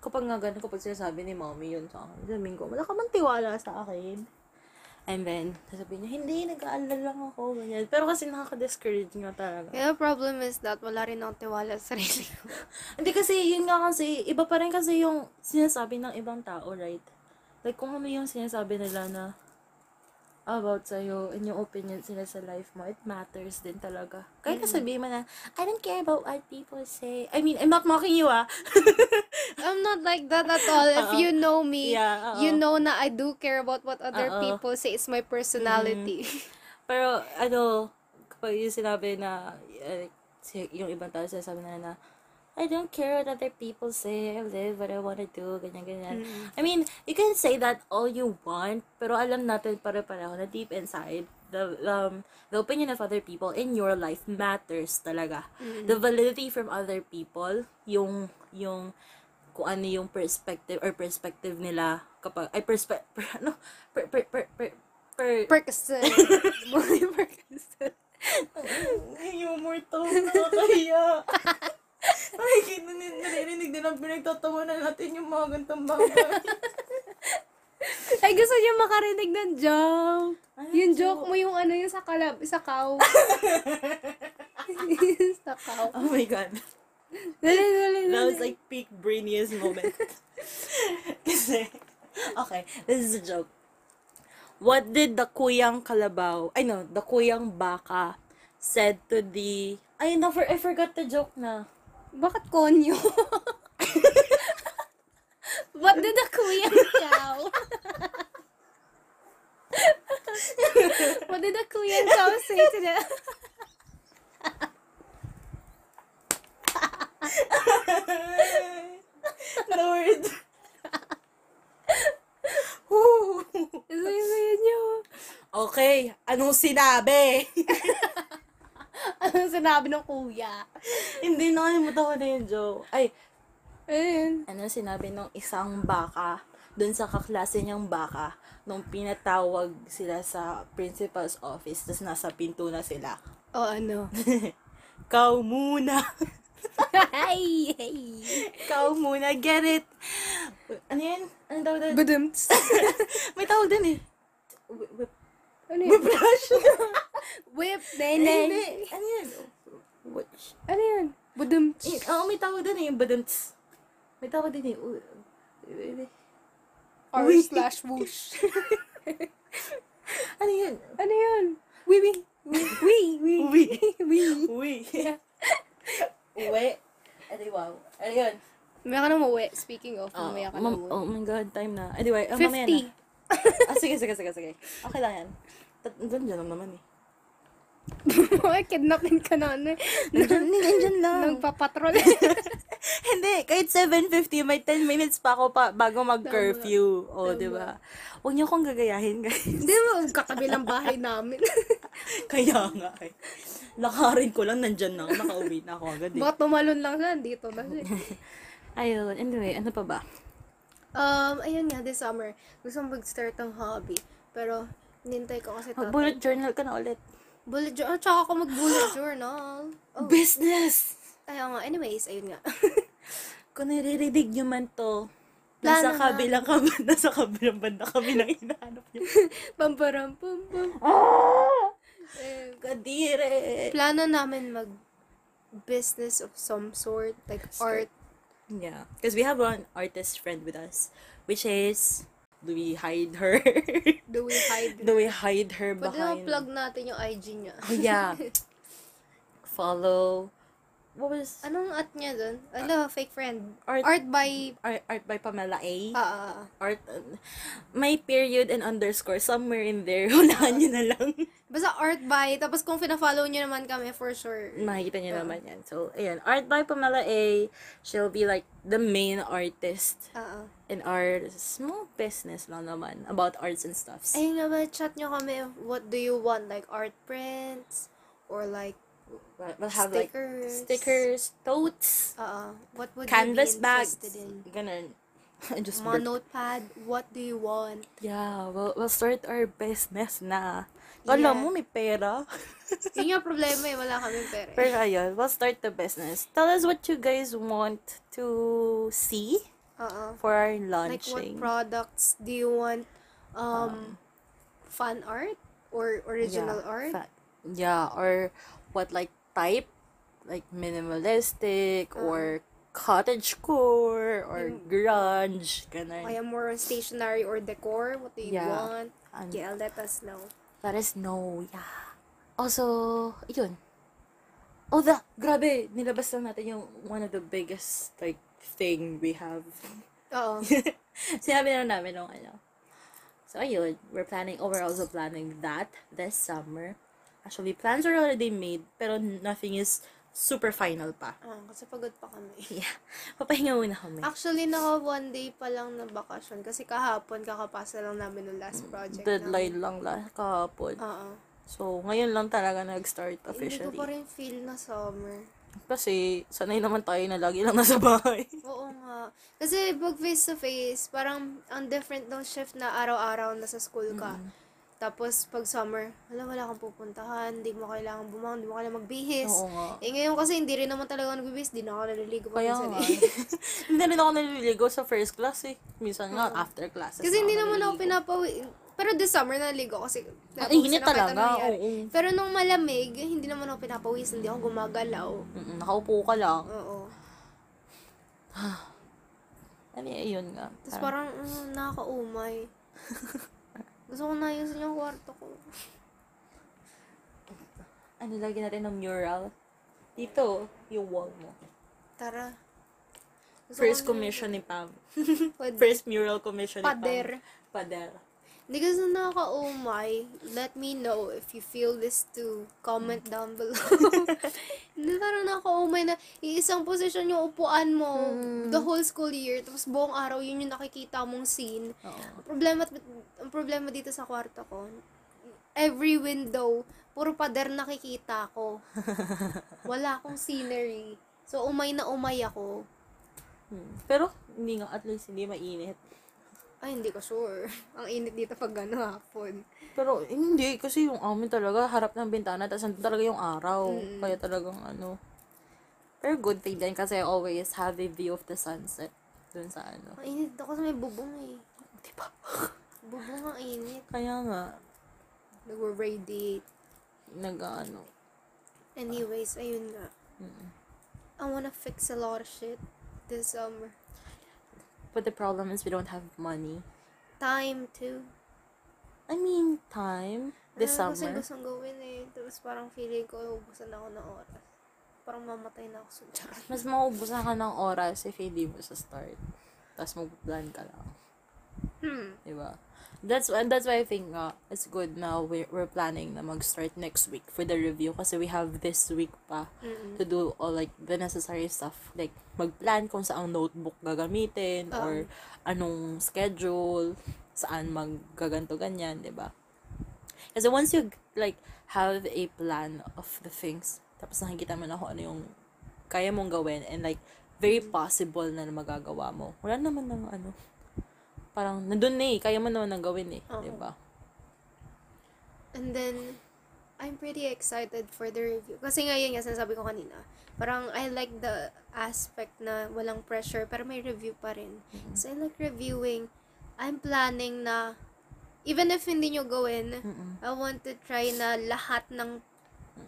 S1: kapag nga ganun, kapag sinasabi ni mommy yun sa akin, sabihin ko, wala ka bang tiwala sa akin? And then, sasabihin niya, hindi, nag-aalala lang ako, ganyan. Pero kasi nakaka-discourage nga talaga.
S2: Kaya the problem is that wala rin akong tiwala sa sarili ko.
S1: Hindi kasi, yun nga kasi, iba pa rin kasi yung sinasabi ng ibang tao, right? Like, kung ano yung sinasabi nila na about sa'yo and yung opinion sila sa life mo, it matters din talaga. Kahit nasabihin mo na, I don't care about what people say. I mean, I'm not mocking you, ah.
S2: I'm not like that at all. If you know me,
S1: Yeah, oo.
S2: you know na I do care about what other
S1: Oo.
S2: people say. It's my personality.
S1: Pero, ano, kapag yung sinabi na, eh, si- yung ibang tao sinasabi na na, I don't care what other people say, I live what I wanna do, ganyan, ganyan. I mean, you can say that all you want, pero alam natin pare-pareho na deep inside, the, um, the opinion of other people in your life matters talaga. The validity from other people, yung, yung, kung ano yung perspective or perspective nila kapag ay perspective ano per per per per, per
S2: Percocet. Molly Percocet.
S1: Humor to. Nakakahiya. Nakikita nin- naririnig din ang pinagtatawanan natin yung mga gantong bagay.
S2: Ay, gusto niya makarinig ng joke.
S1: Ay,
S2: yung
S1: joke.
S2: joke mo yung ano yung sa kalab, sa cow. sa cow.
S1: oh my God.
S2: Dali, dali,
S1: That
S2: dali.
S1: was like peak brainiest moment. Kasi, okay, this is a joke. What did the kuyang kalabaw, I know, the kuyang baka said to the, ay, never, I forgot the joke na.
S2: Bakit konyo? What did the kuya chow? What did the kuya chow say to the...
S1: Lord. Woo.
S2: Sayo, sayo niyo.
S1: Okay, anong sinabi?
S2: Anong Ano sinabi ng kuya?
S1: Hindi nakalimutan ko na yung joke. Ay,
S2: Ayun.
S1: ano sinabi nung isang baka, dun sa kaklase niyang baka, nung pinatawag sila sa principal's office, tapos nasa pinto na sila.
S2: O ano?
S1: Kau muna!
S2: Ay! Ay!
S1: Kau muna, get it? Ano yan? Ano tawag doon?
S2: Badumts.
S1: May tawag doon eh. Wh- wh-
S2: ano yun?
S1: Whiplash!
S2: Whip,
S1: Hindi.
S2: nene.
S1: Ano yan? Which?
S2: Ano yun? Badumts.
S1: Eh, Oo, may tawag doon eh, yung badunts. May tawag doon eh. Uh,
S2: R
S1: Uy.
S2: slash whoosh.
S1: Ano yun?
S2: ano yun? Wee wee. Wee wee.
S1: Uwi.
S2: Wee.
S1: Uwi. Uwi. Ay, wow. Ano yun?
S2: Mamaya ka na umuwi. Speaking of,
S1: Oh,
S2: mamaya ka na
S1: ma'am,
S2: umuwi.
S1: oh my god, time na. Anyway, oh, mamaya na.
S2: 50.
S1: Ah, sige, sige, sige, sige. Okay lang yan. Tat- Nandiyan dyan lang naman eh.
S2: Ay, kidnapin ka na. Ano, eh.
S1: Nandiyan, nandiyan lang.
S2: Nagpapatrol.
S1: Hindi, kahit 7.50, may 10 minutes pa ako pa bago mag-curfew. O, oh, di ba? Huwag niyo akong gagayahin, guys.
S2: Hindi mo, katabi ng bahay namin.
S1: Kaya nga eh. Lakarin ko lang, nandyan na ako. Nakauwi na ako agad eh.
S2: Baka tumalon lang siya, dito na siya.
S1: Ayun, anyway, ano pa ba?
S2: Um, ayun nga, this summer, gusto kong mag-start ng hobby. Pero, nintay ko kasi tatay.
S1: Mag-bullet journal ka na ulit.
S2: Bullet journal. Tsaka ako mag-bullet journal. Oh,
S1: Business!
S2: ayaw nga. Anyways, ayun nga.
S1: Kung naririnig nyo man to,
S2: Plano na.
S1: nasa kabilang, kab nasa kabilang banda kami nang hinahanap nyo.
S2: Pamparam, pam, pam.
S1: Ah!
S2: Eh,
S1: Kadire!
S2: plano namin mag business of some sort, like art.
S1: Yeah. Because we have one artist friend with us, which is, do we hide her?
S2: Do we hide?
S1: do we hide her
S2: Pwede na
S1: behind?
S2: plug natin yung IG niya.
S1: Oh, yeah. Follow. What was
S2: Anong at niya dun? Ala, fake friend.
S1: Art-
S2: Art, by...
S1: art, art by Pamela A?
S2: Ah, ah, ah.
S1: art, may period and underscore somewhere in there. Hulaan nyo na lang.
S3: Basta art by, tapos kung fina-follow nyo naman kami, for sure.
S1: Makikita niyo
S3: Oo.
S1: naman yan. So, ayan. Art by Pamela A. She'll be like the main artist
S3: Oo.
S1: in our small business lang naman about arts and stuffs.
S3: Ayun nga ba, chat nyo kami, what do you want? Like, art prints? Or like,
S1: We'll we'll have like
S3: stickers.
S1: stickers, totes,
S3: uh, what would
S1: canvas
S3: you be
S1: bags,
S3: interested in?
S1: ganun. I Just
S3: Mga
S1: burped.
S3: notepad, what do you want?
S1: Yeah, we'll, we'll start our business na. Alam
S3: Yeah.
S1: mo, may pera.
S3: Yun yung problema eh, wala kaming pera. eh.
S1: Pero ayun, we'll start the business. Tell us what you guys want to see
S3: Oo.
S1: for our
S3: Uh-uh. Like, what
S1: launching.
S3: products do you want? Um, fan art? Or original
S1: yeah,
S3: art?
S1: fa- yeah, or what like type? Like minimalistic
S3: Um,
S1: or cottage core or grunge, ganun.
S3: mm. Kaya more on stationery or decor? What do you
S1: Yeah.
S3: want?
S1: And
S3: Yeah, let us know.
S1: Um, Let us know, yeah. Also, yun. Oh, the, grabe, nilabas lang natin yung one of the biggest, like, thing we have.
S3: Oo.
S1: Sinabi na namin nung ano. So, ayun, we're planning, oh, we're also planning that this summer. Actually, plans are already made, pero nothing is super final pa.
S3: Ah, kasi pagod pa kami.
S1: Yeah. Papahinga muna kami.
S3: Actually, naka one day pa lang na bakasyon. Kasi kahapon, kakapasa lang namin ng last project.
S1: Mm, Deadline lang lang kahapon.
S3: namin. Oo.
S1: So, ngayon lang talaga nag-start
S3: Hindi ko
S1: officially.
S3: pa rin feel na summer.
S1: Kasi, sanay naman tayo na lagi lang nasa bahay.
S3: Oo nga. Kasi pag face-to-face, parang ang different ng shift na araw-araw nasa school ka.
S1: Mm.
S3: Tapos pag summer, wala, wala kang pupuntahan, hindi mo kailangan bumangon, hindi mo kailangan magbihis.
S1: Oo nga.
S3: Eh ngayon kasi hindi rin naman talaga ako nagbibihis, hindi na ako naliligo pa
S1: Kaya
S3: minsan
S1: nga.
S3: eh.
S1: hindi rin ako naliligo sa first class eh. Minsan nga, after classes.
S3: Kasi
S1: na
S3: hindi naman ako
S1: naliligo.
S3: pinapawi. Pero this summer naligo kasi
S1: Ang init
S3: napawisan ako kahit
S1: talaga,
S3: anong nangyari.
S1: oo.
S3: Pero nung malamig, hindi naman ako pinapawis, hindi ako gumagalaw.
S1: Mm-mm, nakaupo ka lang.
S3: Oo.
S1: Ano yun, yun nga.
S3: Tapos parang mm, nakakaumay. Gusto ko na ayusin yung kwarto ko.
S1: Ano lagi natin ng mural? Dito, yung wall mo.
S3: Tara. Gusto
S1: First
S3: ko na-
S1: commission ni Pam.
S3: Pwede.
S1: First mural commission ni Pam.
S3: Pader.
S1: Pader.
S3: Hindi kasi nakakaumay. Let me know if you feel this too. Comment down below. Hindi parang nakakaumay na iisang posisyon yung upuan
S2: Um,
S3: mo
S2: Mm.
S3: the whole school year. Tapos buong araw yun yung nakikita mong scene.
S1: Oo.
S3: Ang problema, ang problema dito sa kwarto ko, every window, puro pader nakikita ko. Wala akong scenery. So, umay na umay ako.
S1: Hmm. Pero, hindi nga, at least hindi mainit.
S3: Ay, hindi ko sure. Ang init dito pag gano'n
S2: ano,
S3: hapon.
S1: Pero, hindi, kasi yung amin talaga, harap ng bintana, tapos nandun talaga yung araw. Kaya talagang ano. Pero good thing din kasi I always have a view of the sunset. Dun sa ano.
S3: Ang init ako sa may bubong eh.
S1: Diba?
S3: Bubong ang init.
S1: Kaya nga,
S3: Nagwa-radiate.
S1: nag ano.
S3: Anyways, ayun nga. I wanna fix a lot of shit this summer.
S1: But the problem is we don't have money.
S3: Time too.
S1: I mean, time. This
S3: Ano Kasi
S1: summer.
S3: gustong gawin eh. Tapos parang feeling ko, ubusan ako ng oras. Parang mamatay na ako sa charot.
S1: Mas maubusan ka ng oras if hindi mo sa start. Tapos mag-plan ka lang.
S3: Hmm.
S1: Diba? That's why that's why I think uh, it's good now we're, we're planning na mag-start next week for the review kasi we have this week pa to do all like the necessary stuff like mag-plan kung saang notebook gagamitin or anong schedule saan maggaganto ganyan 'di ba kasi once you like have a plan of the things tapos nakikita mo na kung ano yung kaya mong gawin and like very possible na magagawa mo wala naman ng ano parang nandun na eh kaya mo naman ng gawin eh
S3: Oo.
S1: 'di ba
S3: And then, I'm pretty excited for the review. Kasi nga yun nga, sinasabi ko kanina. Parang I like the aspect na walang pressure, pero may review pa rin.
S1: Mm-hmm.
S3: So, I like reviewing. I'm planning na, even if hindi nyo gawin, I want to try na lahat ng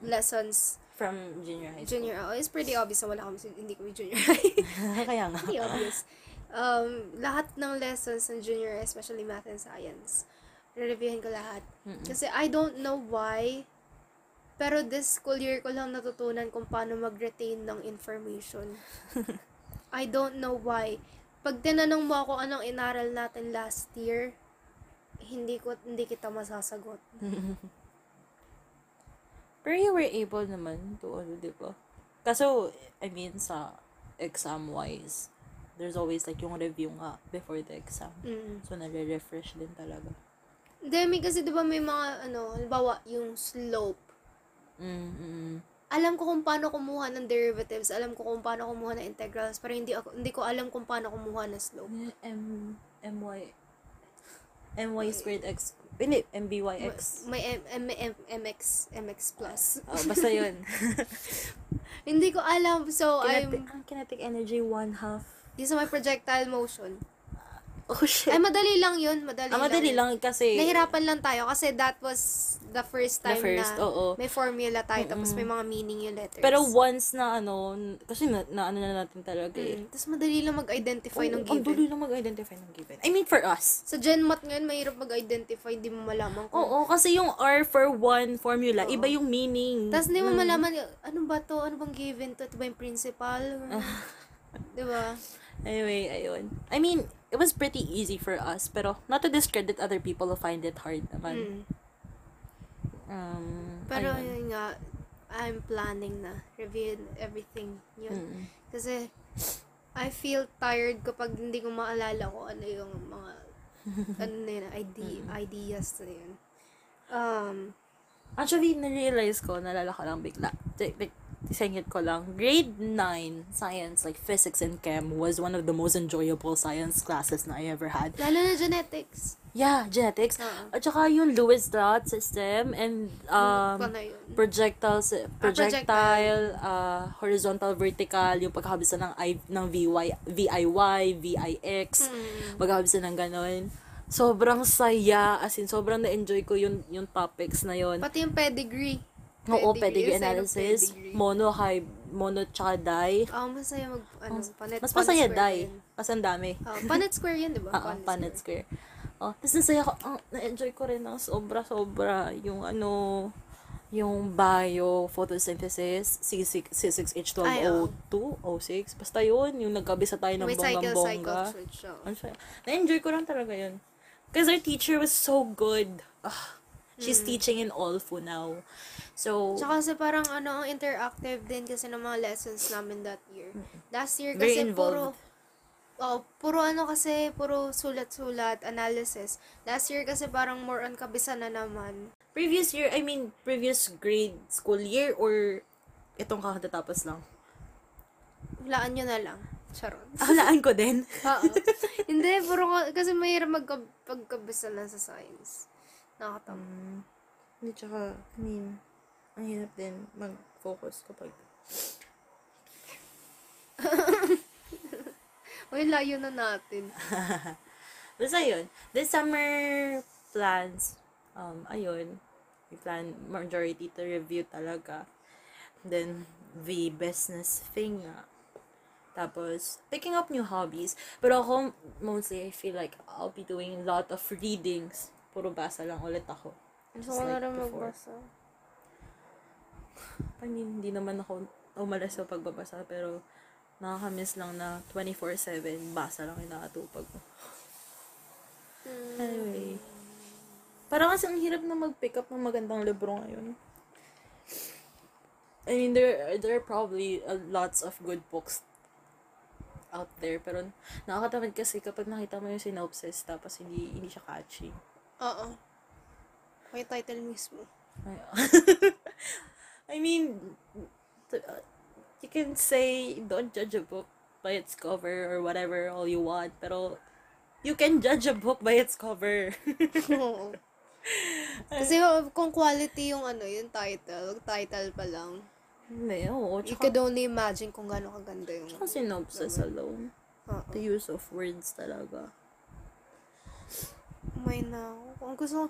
S3: lessons
S1: from junior high school
S3: junior. Oh, it's pretty obvious na wala kami, sin- hindi kami junior high.
S1: kaya nga
S3: pretty obvious. Um, lahat ng lessons ng junior, especially math and science, re-reviewin ko lahat. Kasi I don't know why, pero this school year ko lang natutunan kung paano mag-retain ng information. I don't know why. Pag tinanong mo ako anong inaral natin last year, hindi ko hindi kita masasagot.
S1: Pero you were able naman to, ano, di ba? Kaso, I mean, sa exam-wise, there's always like yung review nga before the exam.
S3: Mm.
S1: So, nare-refresh din talaga.
S3: Demi kasi 'di ba may mga ano, halimbawa yung slope.
S1: Mm-mm.
S3: Alam ko kung paano kumuha ng derivatives, alam ko kung paano kumuha ng integrals, pero hindi ako hindi ko alam kung paano kumuha ng slope.
S1: M, MY, MY squared X, hindi, MBYX.
S3: May M- M- M- MX MX plus.
S1: Oh, basta yun.
S3: hindi ko alam. So
S1: kinetic,
S3: I'm
S1: ah, kinetic energy, one half.
S3: this is my projectile motion.
S1: Oh, shit.
S3: Ay madali lang 'yun, madali.
S1: Ah, madali lang kasi.
S3: Nahirapan lang tayo kasi that was the first
S1: The
S3: time
S1: first,
S3: na
S1: oo.
S3: may formula tayo tapos may mga meaning yung letters.
S1: Pero once na ano, n- kasi na, na ano na natin talaga eh.
S3: Mm. Tapos madali lang mag-identify ng
S1: Oo, Oh, Ang
S3: given.
S1: dulo lang mag-identify ng given. I mean, for us.
S3: Sa GenMat ngayon, mahirap mag-identify, di mo malaman kung...
S1: Oo, kasi yung R for one formula, iba yung meaning. Mm.
S3: Tapos di mo malaman, ano ba to? Ano bang given to? Ito ba yung principal? di ba?
S1: Anyway, ayun. I mean, it was pretty easy for us, pero not to discredit other people who find it hard naman.
S3: Mm.
S1: Um,
S3: Pero
S1: ayun.
S3: yun nga, I'm planning na. Reviewing everything. Yun.
S1: Mm.
S3: Kasi, I feel tired kapag hindi ko maalala ko ano yung mga ano na yun, ide- ideas na yun. Um,
S1: Actually, narealize ko, nalala ko lang bigla. Like, like, singit ko lang. Grade 9 science, like physics and chem, was one of the most enjoyable science classes na I ever had.
S3: lalo na genetics.
S1: Yeah, genetics.
S3: Oo.
S1: At saka yung Lewis Dot system and
S3: Ano
S1: um,
S3: na yun.
S1: projectile, si- projectile,
S3: Ah, projectile.
S1: uh, horizontal, vertical, yung pagkakabisa ng, I, ng VY, VIY, VIX,
S3: Mm.
S1: pagkakabisa ng ganun. Sobrang saya, as in, sobrang na-enjoy ko yung, yung topics na yun.
S3: Pati yung pedigree.
S1: Oo,
S3: Pedigree,
S1: pedigree
S3: side of
S1: analysis,
S3: pedigree.
S1: mono, high, mono, tsaka die.
S3: Oo, masaya mag, ano, panet,
S1: Mas
S3: panet
S1: masaya
S3: square
S1: die,
S3: yun.
S1: kasi ang dami.
S3: Oo, panet square yun, di ba?
S1: Ah, ah, Punnett Square. Oh, tapos nasaya ko, ang na-enjoy ko rin ng sobra-sobra yung ano, yung bio, photosynthesis, C6,
S3: Ay, oo.
S1: C6H12O2, O6, basta yun, yung nagkabisa tayo ng
S3: May cycle, cycle
S1: bonggang-bongga.
S3: church show.
S1: Ano siya? Na-enjoy ko lang talaga yun. Because our teacher was so good. Ah, she's teaching in Olfu now. So,
S3: Mm. Tsaka kasi parang ano, ang interactive din kasi ng mga lessons namin that year. Last year
S1: Very
S3: kasi
S1: involved.
S3: puro, oh, puro ano kasi, puro sulat-sulat, analysis. Last year kasi parang more on kabisa na naman.
S1: previous year, I mean, previous grade school year or itong kakatatapos lang?
S3: Hulaan nyo na lang. Charot.
S1: Akalaan ko din.
S3: Oo. Hindi, puro ka- kasi mahirap magpagkabisa lang sa science. Nakakatawa.
S1: Um, Hindi, tsaka, I mean, ang hirap din mag-focus kapag...
S3: Uy, layo na natin.
S1: Basta yun, this summer plans, um, ayun, we plan majority to review talaga. Then, the business thing nga. Tapos, picking up new hobbies. Pero ako, mostly, I feel like I'll be doing a lot of readings. Puro basa lang ulit ako. Just like before. I mean, hindi naman ako umalas sa pagbabasa, pero nakakamiss lang na 24-7, basa lang inaatupag mo.
S3: Hmm.
S1: Anyway. Parang kasi ang hirap na mag-pick up ng magandang libro ngayon. I mean, there, there are probably uh, lots of good books out there, pero nakakatamad kasi kapag nakita mo yung synopsis, tapos hindi, hindi siya catchy.
S3: Oo. May title mismo.
S1: Ay, I mean, t- uh, you can say don't judge a book by its cover or whatever all you want, pero you can judge a book by its cover.
S3: Oo. Kasi uh, kung quality yung ano, yung title, title pa lang,
S1: Hindi, oo.
S3: you
S1: Tsaka,
S3: could only imagine kung gaano kaganda yung...
S1: tsaka synopsis alone.
S3: Oo.
S1: The use of words talaga.
S3: May na ako. Ah, Kung gusto ko,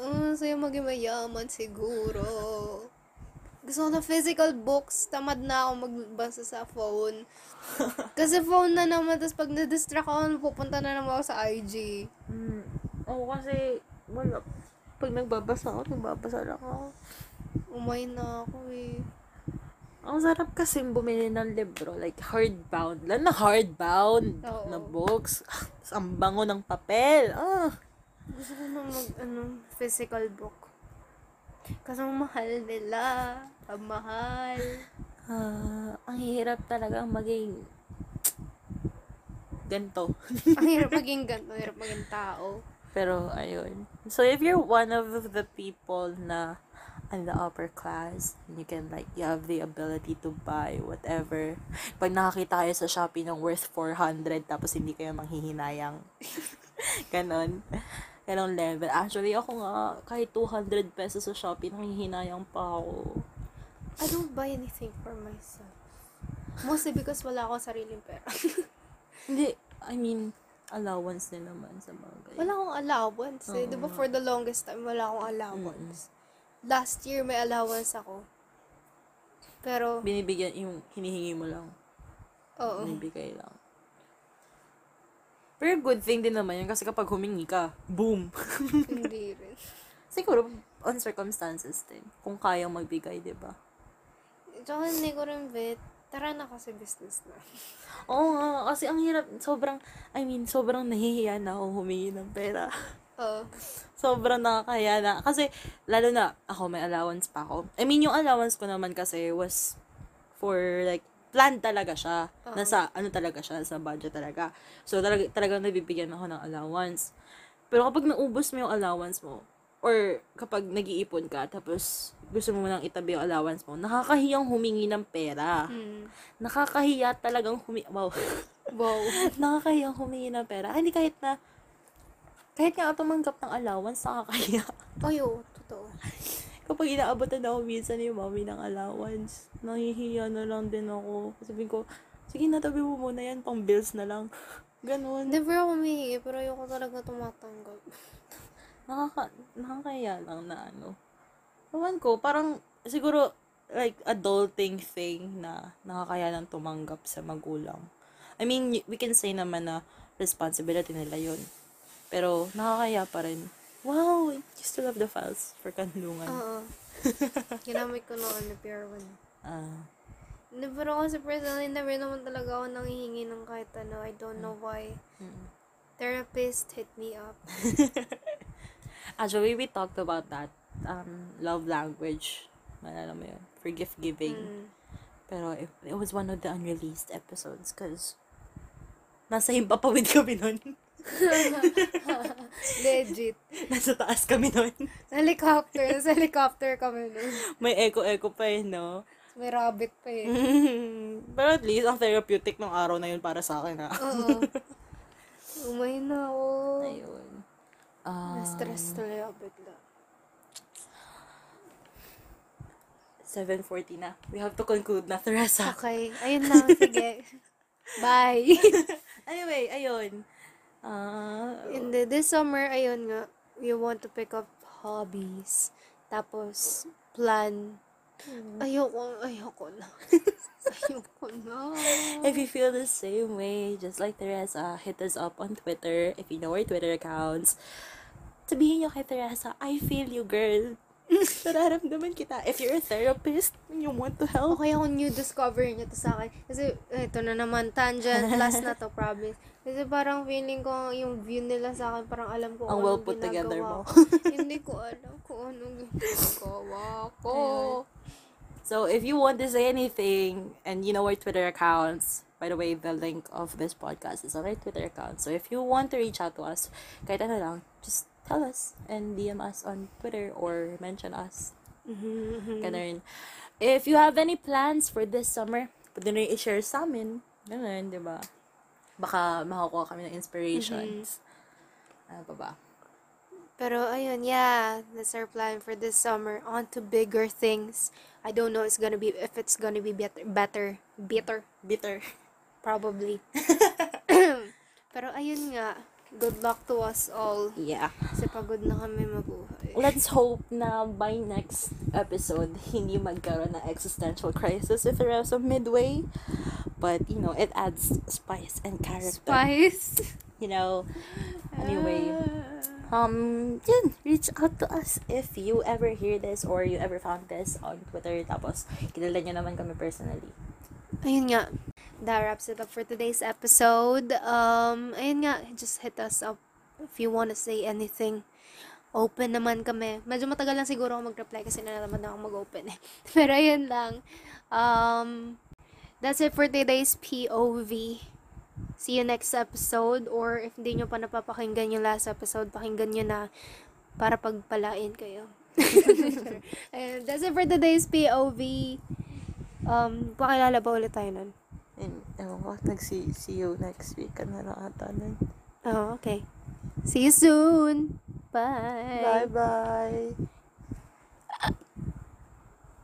S3: uh, sa'yo maging mayaman siguro. Gusto ko na physical books. Tamad na ako magbasa sa phone. Kasi phone na naman. Tapos pag na-distract ako, pupunta na naman ako sa IG.
S1: Mm. Oo, kasi wala. Pag nagbabasa ako, nagbabasa lang ako.
S3: Umay na ako eh.
S1: Ang sarap kasi bumili ng libro, like hardbound, lang na hardbound
S3: Oo.
S1: na books. Tapos Ang bango ng papel. Ah.
S3: Gusto ko na mag, ano, physical book. Kasi ang mahal nila. Ang mahal.
S1: Ah, ang hirap talaga maging ganto.
S3: ang hirap maging ganito. Ang hirap maging tao.
S1: Pero, ayun. So, if you're one of the people na in the upper class, and you can like, you have the ability to buy whatever. Pag nakakita kayo sa Shopee ng worth 400, tapos hindi kayo manghihinayang. Ganon. Ganong level. Actually, ako nga, kahit 200 pesos sa Shopee, nanghihinayang pa ako.
S3: I don't buy anything for myself. Mostly because wala akong sariling pera.
S1: Hindi, I mean, allowance na naman sa mga ganyan.
S3: wala akong allowance. Eh. Di ba
S1: Oo.
S3: for the longest time, wala akong allowance. Last year, may allowance ako. Pero,
S1: Binibigyan, yung hinihingi mo lang.
S3: oo.
S1: Nagbigay lang. Pero good thing din naman yun kasi kapag humingi ka, boom!
S3: hindi rin.
S1: Siguro, on circumstances din. Kung kayang magbigay, di ba?
S3: Tsaka hindi ko rin bet. Tara na kasi business na.
S1: Oo nga, kasi ang hirap, sobrang, I mean, sobrang nahihiya na ako humingi ng pera.
S3: Oo.
S1: sobrang nakakaya na. Kasi, lalo na, ako may allowance pa ako. I mean, yung allowance ko naman kasi was for like, plan talaga siya.
S3: Oo.
S1: Nasa, ano talaga siya, sa budget talaga. So, talaga, talagang nabibigyan ako ng allowance. Pero kapag naubos mo yung allowance mo, or kapag nag-iipon ka, tapos gusto mo nang itabi yung allowance mo, nakakahiyang humingi ng pera.
S3: Hmm.
S1: Nakakahiya talagang humingi. Wow.
S3: Wow.
S1: nakakahiyang humingi ng pera. Hindi kahit na, kahit nga tumanggap ng allowance, nakakahiya.
S3: Ayo, totoo.
S1: Kapag inaabotan ako minsan yung mami ng allowance, nahihiya na lang din ako. Sabihin ko, sige na, tabi mo muna yan, pang bills na lang. Ganon.
S3: Never ako humihingi, pero ayoko talaga tumatanggap.
S1: Nakaka, nakakaya lang na ano. Ewan ko, parang siguro like adulting thing na nakakaya lang tumanggap sa magulang. I mean, y- we can say naman na responsibility nila yun. Pero nakakaya pa rin. Wow, you still have the files for kanlungan.
S3: Oo. Ginamit ko noon na pure one.
S1: Ah.
S3: Hindi, pero kasi personally, never naman talaga ako nangihingi ng kahit ano. I don't know why.
S1: Mm.
S3: Therapist hit me up.
S1: Actually, we talked about that. Um, love language. Malala mo yun. For gift giving.
S3: Mm.
S1: Pero it, it was one of the unreleased episodes because nasa himpapawid kami nun.
S3: Legit.
S1: nasa taas kami nun.
S3: Helicopter. Sa helicopter kami nun.
S1: May echo-echo pa eh, no?
S3: May rabbit pa eh.
S1: Pero at least, ang therapeutic ng araw na yun para sa akin, ha?
S3: Oo. Umay na ako.
S1: Ayun. Ah,
S3: Na-stress tuloy ako bigla.
S1: 7.40 na. We have to conclude na, Teresa.
S3: Okay. Ayun lang. Sige. Bye.
S1: Anyway, ayun. Ah,
S3: In the, this summer, ayun nga, you want to pick up hobbies. Tapos, plan.
S1: Hmm.
S3: Ayoko, ayoko na. ayoko na.
S1: If you feel the same way, just like Teresa, hit us up on Twitter if you know our Twitter accounts. Sabihin niyo kay Teresa, I feel you, girl. Nararamdaman kita. If you're a therapist and you want to help,
S3: Okay, ako new discover niya to sa akin. Kasi, ito na naman, tangent, last na to, promise. Kasi parang feeling ko, yung view nila sa akin, parang alam ko
S1: ang
S3: kung
S1: well
S3: anong
S1: put together
S3: ginagawa
S1: mo.
S3: ko. Hindi ko alam kung anong ginagawa ko.
S1: Ayun. so, if you want to say anything and you know our Twitter accounts, by the way, the link of this podcast is on our Twitter account. So, if you want to reach out to us, kahit ano lang, just tell us and DM us on Twitter or mention us Ganun. If you have any plans for this summer, pwede na yung i-share sa amin. Ganun, di ba? Baka makakuha kami ng inspirations. Ano pa ba?
S3: Pero ayun, yeah, that's our plan for this summer. On to bigger things. I don't know it's gonna be if it's gonna be better better better
S1: Bitter.
S3: probably. Pero ayun nga, good luck to us all.
S1: Yeah.
S3: Kasi pagod na kami mabuhay.
S1: Let's hope na by next episode, hindi magkaroon ng existential crisis if there is a midway. But, you know, it adds spice and character.
S3: Spice.
S1: You know? Anyway. Um, yun, reach out to us if you ever hear this or you ever found this on Twitter. Tapos, kilala nyo naman kami personally.
S3: ayun nga. That wraps it up for today's episode. Um, ayun nga, just hit us up if you want to say anything. open naman kami. Medyo matagal lang siguro ako mag-reply kasi nalaman na ako mag-open eh. Pero ayun lang. Um, that's it for today's POV. See you next episode or if hindi nyo pa napapakinggan yung last episode, pakinggan nyo na para pagpalain kayo. Ayun, that's it for today's POV. Um, pakilala ba ulit tayo nun?
S1: And, ewan ko, nag-see you next week ka na lang ata nun.
S3: Oh, okay. See you soon! Bye!
S1: Bye-bye!